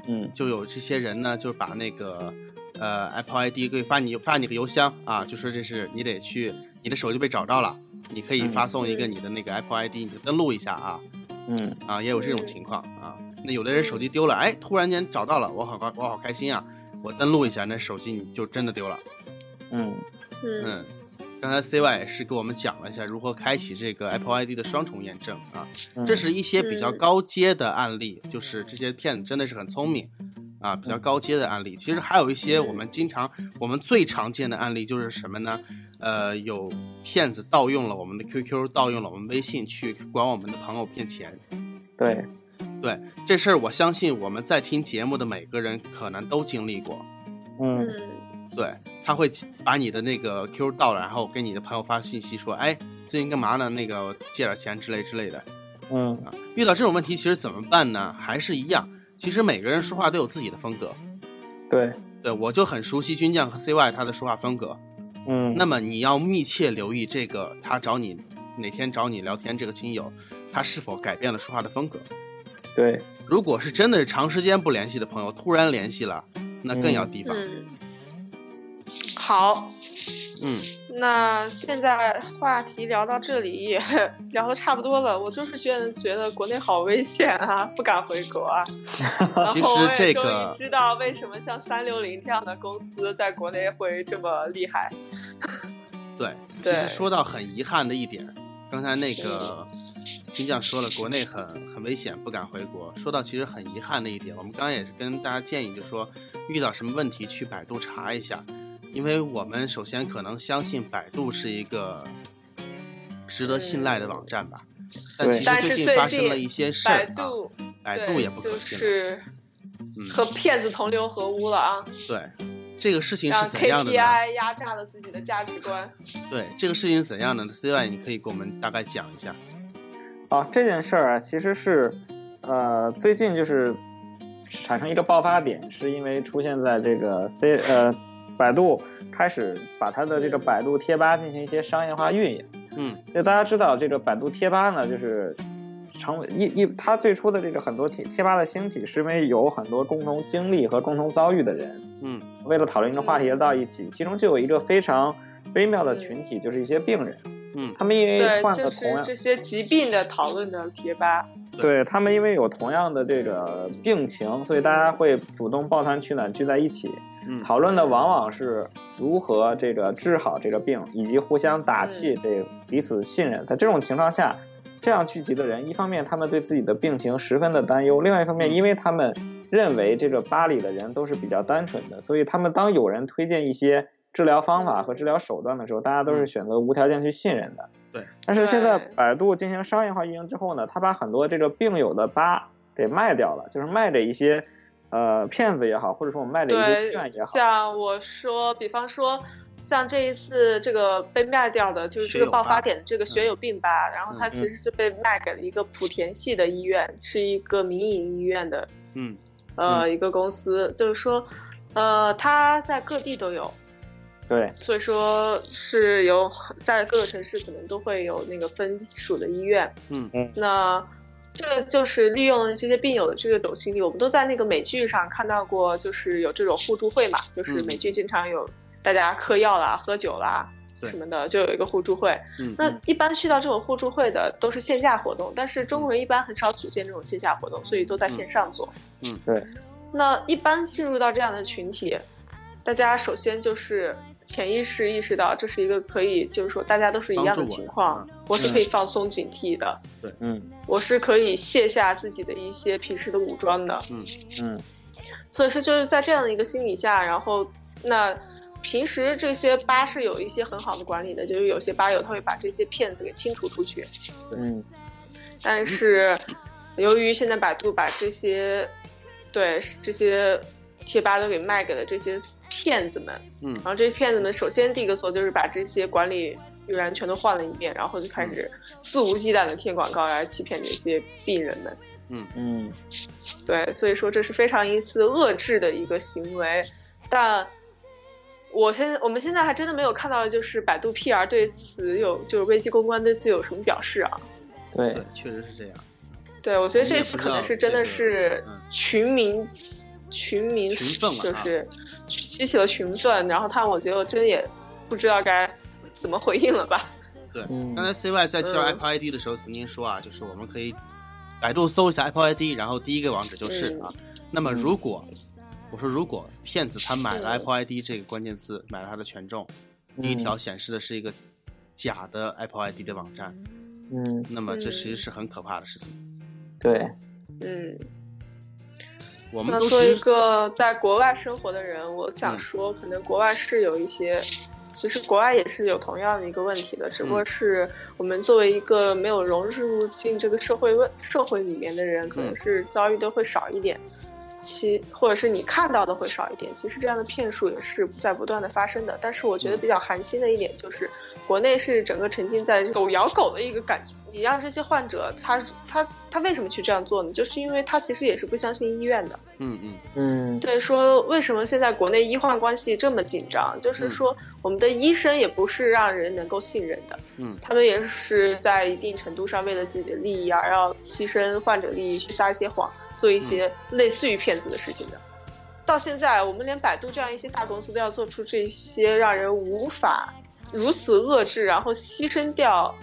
Speaker 3: 嗯，
Speaker 2: 就有这些人呢，就把那个呃 Apple ID 给发你发你个邮箱啊，就说这是你得去你的手机被找到了，你可以发送一个你的那个 Apple ID，你就登录一下啊
Speaker 3: 嗯，
Speaker 2: 啊，也有这种情况啊。那有的人手机丢了，哎，突然间找到了，我好高我好开心啊！我登录一下，那手机你就真的丢了。
Speaker 3: 嗯，
Speaker 4: 嗯，
Speaker 2: 嗯，刚才 CY 也是给我们讲了一下如何开启这个 Apple ID 的双重验证啊，
Speaker 3: 嗯
Speaker 2: 这是一些比较
Speaker 4: 嗯
Speaker 2: 高阶的案例，就是这些骗子真的是很聪明啊，比较高阶的案例。其实还有一些我们经常我们最常见的案例就是什么呢？呃，有骗子盗用了我们的 QQ，盗用了我们微信去管我们的朋友骗钱。
Speaker 3: 对，
Speaker 2: 对这事儿，我相信我们在听节目的每个人可能都经历过。
Speaker 3: 嗯
Speaker 4: 嗯，
Speaker 2: 对，他会把你的那个 Q 盗了，然后给你的朋友发信息说，哎，最近干嘛呢？那个借点钱之类之类的
Speaker 3: 嗯
Speaker 2: 啊。遇到这种问题，其实怎么办呢？还是一样，其实每个人说话都有自己的风格。
Speaker 3: 对，
Speaker 2: 对我就很熟悉军将和 CY 他的说话风格，
Speaker 3: 嗯，
Speaker 2: 那么你要密切留意这个他找你哪天找你聊天这个亲友，他是否改变了说话的风格。
Speaker 3: 对，
Speaker 2: 如果是真的是长时间不联系的朋友，突然联系了，那更要提防。
Speaker 4: 嗯，好，
Speaker 2: 嗯
Speaker 4: 那现在话题聊到这里也 <laughs> 聊的差不多了，我就是觉得觉得国内好危险啊，不敢回国
Speaker 2: <laughs>
Speaker 4: 啊。然后
Speaker 2: 其实
Speaker 4: 我也
Speaker 2: 这
Speaker 4: 终于
Speaker 2: 个
Speaker 4: 知道为什么像三六零这样的公司在国内会这么厉害。
Speaker 2: 对，其
Speaker 4: 对
Speaker 2: 实说到很遗憾的一点，刚才那个金匠说了，国内很很危险，不敢回国。说到其实很遗憾的一点，我们刚刚也是跟大家建议，就是说遇到什么问题去百度查一下，因为我们首先可能相信百度是一个值得信赖的网站吧，但
Speaker 3: 对
Speaker 2: 其
Speaker 4: 嗯但
Speaker 2: 实
Speaker 4: 是
Speaker 2: 近
Speaker 4: 最
Speaker 2: 发生
Speaker 4: 近
Speaker 2: 了一些事
Speaker 4: 百
Speaker 2: 儿啊，
Speaker 4: 度，
Speaker 2: 百度
Speaker 4: 对
Speaker 2: 也不可
Speaker 4: 就
Speaker 2: 信了。
Speaker 4: 是
Speaker 2: 嗯
Speaker 4: 和骗子同流合污了啊，
Speaker 2: 对，这个事情
Speaker 4: 让
Speaker 2: 是怎样的呢？
Speaker 4: KPI 压榨了自己的价值观。
Speaker 2: 对，这个事情是怎样的呢？CY，你可以给我们大概讲一下。
Speaker 3: 啊，这件事儿啊，其实是，呃，最近就是产生一个爆发点，是因为出现在这个 C 呃百度开始把它的这个百度贴吧进行一些商业化运营。
Speaker 2: 嗯
Speaker 3: 就大家知道这个百度贴吧呢，就是成为一一，它最初的这个很多贴贴吧的兴起，是因为有很多共同经历和共同遭遇的人，
Speaker 2: 嗯
Speaker 3: 为了讨论一个话题而到一起，其中就有一个非常微妙的群体，就是一些病人，
Speaker 2: 嗯，
Speaker 3: 他们因为
Speaker 4: 对，
Speaker 3: 患
Speaker 4: 就
Speaker 3: 了同
Speaker 4: 是
Speaker 3: 样，
Speaker 4: 这些疾病的讨论的贴吧。
Speaker 3: 对他们因为有同样的这个病情，所以大家会主动抱团取暖，聚在一起
Speaker 2: 嗯，
Speaker 3: 讨论的，往往是如何这个治好这个病，以及互相打气，
Speaker 2: 嗯
Speaker 3: 这彼此信任。在这种情况下，这样聚集的人，一方面他们对自己的病情十分的担忧，另外一方面，
Speaker 2: 嗯
Speaker 3: 因为他们认为这个吧里的人都是比较单纯的，所以他们当有人推荐一些治疗方法和治疗手段的时候，大家都是
Speaker 2: 嗯
Speaker 3: 选择无条件去信任的。
Speaker 2: 对。
Speaker 3: 但是现在
Speaker 4: 对
Speaker 3: 百度进行商业化运营之后呢，他把很多这个病友的吧给卖掉了，就是卖给一些。呃，骗子也好，或者说我们卖给一些
Speaker 4: 对
Speaker 3: 券也，好，
Speaker 4: 像我说，比方说，像这一次这个被卖掉的，就是这个爆发点的这个
Speaker 2: 学
Speaker 4: 学
Speaker 2: 友
Speaker 4: 友病吧，然后它
Speaker 2: 嗯
Speaker 4: 其实是被卖给了一个莆田系的医院，是一个民营医院的
Speaker 2: 嗯
Speaker 4: 呃、一个公司，就是说，呃，它在各地都有，
Speaker 3: 对，
Speaker 4: 所以说是有在各个城市可能都会有那个分属的医院。
Speaker 2: 嗯
Speaker 4: 那这个就是利用这些病友的这种心理，我们都在那个美剧上看到过，就是有这种互助会嘛，就是
Speaker 2: 嗯
Speaker 4: 美剧经常有大家嗑药啦、喝酒啦
Speaker 2: 对
Speaker 4: 什么的，就有一个互助会。
Speaker 2: 嗯，
Speaker 4: 那一般去到这种互助会的都是线下活动，但是中国人一般很少组建这种线下活动，所以都在线上做。
Speaker 2: 嗯
Speaker 3: 对。
Speaker 4: 那一般进入到这样的群体，大家首先就是潜意识意识到这是一个可以，就是说大家都是一样的
Speaker 2: 帮助我啊嗯
Speaker 4: 情况，我是可以放松警惕的，
Speaker 3: 嗯
Speaker 4: 我是可以卸下自己的一些平时的武装的。
Speaker 3: 嗯
Speaker 4: 所以说就是在这样的一个心理下，然后那平时这些吧是有一些很好的管理的，就是有些吧友他会把这些骗子给清除出去，
Speaker 3: 嗯
Speaker 4: 但是由于现在百度把这些对这些贴吧都给卖给了这些骗子们，
Speaker 2: 嗯
Speaker 4: 然后这些骗子们首先第一个做就是把这些管理人员全都换了一遍，然后就开始肆无忌惮的贴广告来欺骗这些病人们。
Speaker 3: 嗯，
Speaker 4: 对，所以说这是非常一次遏制的一个行为，但我现在我们现在还真的没有看到，就是百度 PR 对此有就是危机公关对此有什么表示啊？
Speaker 3: 对，
Speaker 2: 确实是这样。
Speaker 4: 对，我觉得
Speaker 2: 你也不
Speaker 4: 这
Speaker 2: 知
Speaker 4: 次可能
Speaker 2: 道
Speaker 4: 是真
Speaker 2: 这
Speaker 4: 的
Speaker 2: 个
Speaker 4: 是
Speaker 2: 嗯
Speaker 4: 群民，群民
Speaker 2: 群愤了
Speaker 4: 就
Speaker 2: 啊
Speaker 4: 是激起了群愤，然后他们我觉得我真也不知道该怎么回应了吧。
Speaker 2: 对，
Speaker 3: 嗯
Speaker 2: 刚才 CY 在介绍
Speaker 4: 嗯
Speaker 2: Apple ID 的时候曾经说啊，就是我们可以百度搜一下 Apple ID，然后第一个网址就是
Speaker 4: 嗯
Speaker 2: 啊。那么如果我说如果骗子他买了
Speaker 4: 嗯
Speaker 2: Apple ID 这个关键词，买了它的权重，第一条显示的是一个假的 Apple ID 的网站，
Speaker 3: 嗯，
Speaker 2: 那么这
Speaker 4: 嗯
Speaker 2: 其实是很可怕的事情。
Speaker 3: 对，
Speaker 4: 嗯，
Speaker 2: 我们
Speaker 4: 那
Speaker 2: 都
Speaker 4: 作为
Speaker 2: 是
Speaker 4: 一个在国外生活的人，我
Speaker 2: 嗯
Speaker 4: 想说，可能国外是有一些，其实国外也是有同样的一个问题的，
Speaker 2: 嗯
Speaker 4: 只不过是我们作为一个没有融入进这个社会问社会里面的人，可
Speaker 2: 嗯
Speaker 4: 能是遭遇的会少一点。其或者是你看到的会少一点，其实这样的骗术也是在不断的发生的。但是我
Speaker 2: 嗯
Speaker 4: 觉得比较寒心的一点就是，国内是整个沉浸在狗咬狗的一个感觉。你让这些患者他他他为什么去这样做呢？就是因为他其实也是不相信医院的。
Speaker 2: 嗯嗯
Speaker 3: 嗯
Speaker 4: 对，说为什么现在国内医患关系这么紧张？就是说，我们的医生也不是让人能够信任的，
Speaker 2: 嗯
Speaker 4: 他们也是在一定程度上为了自己的利益啊，然后牺牲患者利益去撒一些谎，做一些类似于骗子的事情的。到现在，我们连百度这样一些大公司都要做出这些让人无法如此遏制，然后牺牲掉，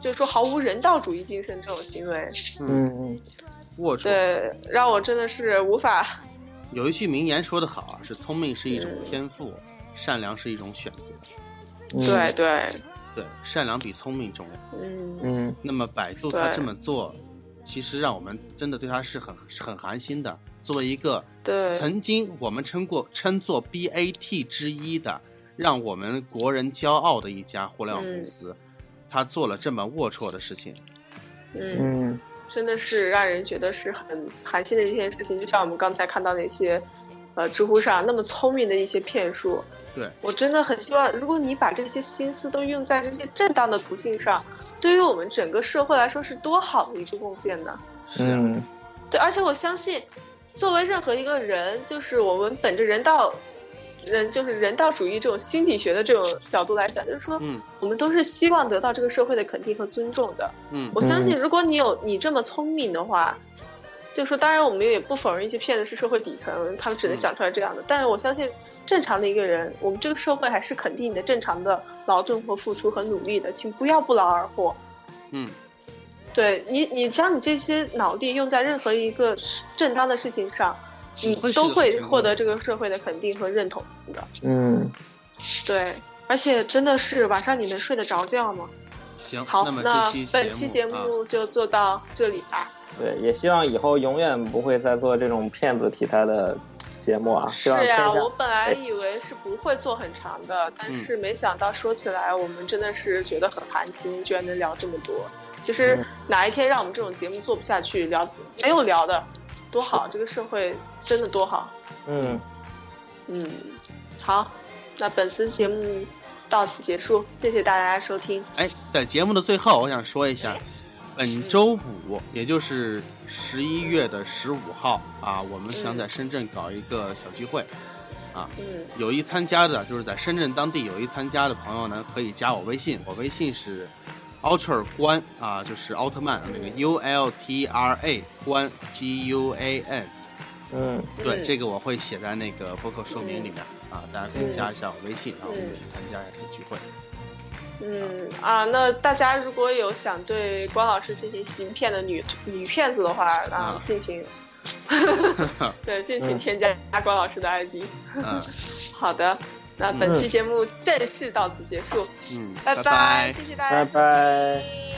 Speaker 4: 就是说毫无人道主义精神这种行为，
Speaker 2: 嗯，
Speaker 3: 嗯嗯，
Speaker 2: 龌龊。
Speaker 4: 对，让我真的是无法。
Speaker 2: 有一句名言说得好啊，是聪明是一种
Speaker 4: 嗯
Speaker 2: 天赋，善良是一种选择。
Speaker 3: 嗯
Speaker 4: 对，对，
Speaker 2: 对，善良比聪明重要。
Speaker 4: 嗯。
Speaker 3: 嗯
Speaker 2: 那么百度它
Speaker 4: 对
Speaker 2: 这么做，其实让我们真的对它是很是很寒心的。作为一个
Speaker 4: 对，
Speaker 2: 曾经我们称过称作 BAT 之一的，让我们国人骄傲的一家互联网公司，它做了这么龌龊的事情。
Speaker 4: 嗯，
Speaker 3: 嗯
Speaker 4: 真的是让人觉得是很寒心的一件事情。就像我们刚才看到那些，呃，知乎上那么聪明的一些骗术，
Speaker 2: 对，
Speaker 4: 我真的很希望，如果你把这些心思都用在这些正当的途径上，对于我们整个社会来说是多好的一个贡献呢？
Speaker 2: 是啊，
Speaker 3: 嗯
Speaker 4: 对，而且我相信，作为任何一个人，就是我们本着人道。人就是人道主义这种心理学的这种角度来讲，就是说，
Speaker 2: 嗯
Speaker 4: 我们都是希望得到这个社会的肯定和尊重的。
Speaker 2: 嗯
Speaker 4: 我相信，如果你有你这么聪明的话，就说当然我们也不否认一些骗子是社会底层，他们
Speaker 2: 嗯
Speaker 4: 只能想出来这样的。但是我相信，正常的一个人，我们这个社会还是肯定你的正常的劳动和付出和努力的，请不要不劳而获。
Speaker 2: 嗯，
Speaker 4: 对你，你将你这些脑力用在任何一个正当的事情上，你
Speaker 2: 你会是
Speaker 4: 都
Speaker 2: 个
Speaker 4: 会
Speaker 2: 成功
Speaker 4: 获得
Speaker 2: 人
Speaker 4: 这个社会的肯定和认同的。
Speaker 3: 嗯
Speaker 4: 对，而且真的是晚上你能睡得着觉吗？
Speaker 2: 行。
Speaker 4: 好，
Speaker 2: 么
Speaker 4: 那
Speaker 2: 这期
Speaker 4: 本期节
Speaker 2: 啊
Speaker 4: 目就做到这里吧。
Speaker 3: 对，也希望以后永远不会再做这种骗子题材的节目啊！希
Speaker 4: 是
Speaker 3: 望天
Speaker 4: 呀、
Speaker 3: 下嗯
Speaker 4: 我本来以为是不会做很长的，但是没想到说起来，我们真的是觉得很寒心，居然能聊这么多。其实
Speaker 3: 嗯
Speaker 4: 哪一天让我们这种节目做不下去，聊没有聊的，多好！这个社会真的多好。
Speaker 3: 嗯，
Speaker 4: 嗯，好，那本次节目到此结束，谢谢大家收听。
Speaker 2: 哎，在节目的最后，我想说一下，本周五，也就是十一月的十五号啊，我们想在深圳搞一个小聚会。
Speaker 4: 嗯
Speaker 2: 有意参加的，就是在深圳当地有意参加的朋友呢，可以加我微信，我微信是 Ultra 关啊，就是奥特曼那个 U L T R A 关 G U A N。
Speaker 3: 嗯
Speaker 2: 对，
Speaker 4: 嗯
Speaker 2: 这个我会写在那个播客说明里面啊，大家可以加一下我微信，然后我们一起参加一下这个聚会。
Speaker 4: 嗯啊，那大家如果有想对关老师进行行骗的女女骗子的话啊
Speaker 2: 啊，<laughs>
Speaker 4: 进行，对，进行添加关老师的 ID。
Speaker 2: 嗯
Speaker 4: 好的，那本期节目正式到此结束，
Speaker 2: 嗯，
Speaker 4: 拜
Speaker 2: 拜。
Speaker 4: 谢谢大
Speaker 3: 拜
Speaker 4: 家收听。
Speaker 3: 拜。
Speaker 4: 拜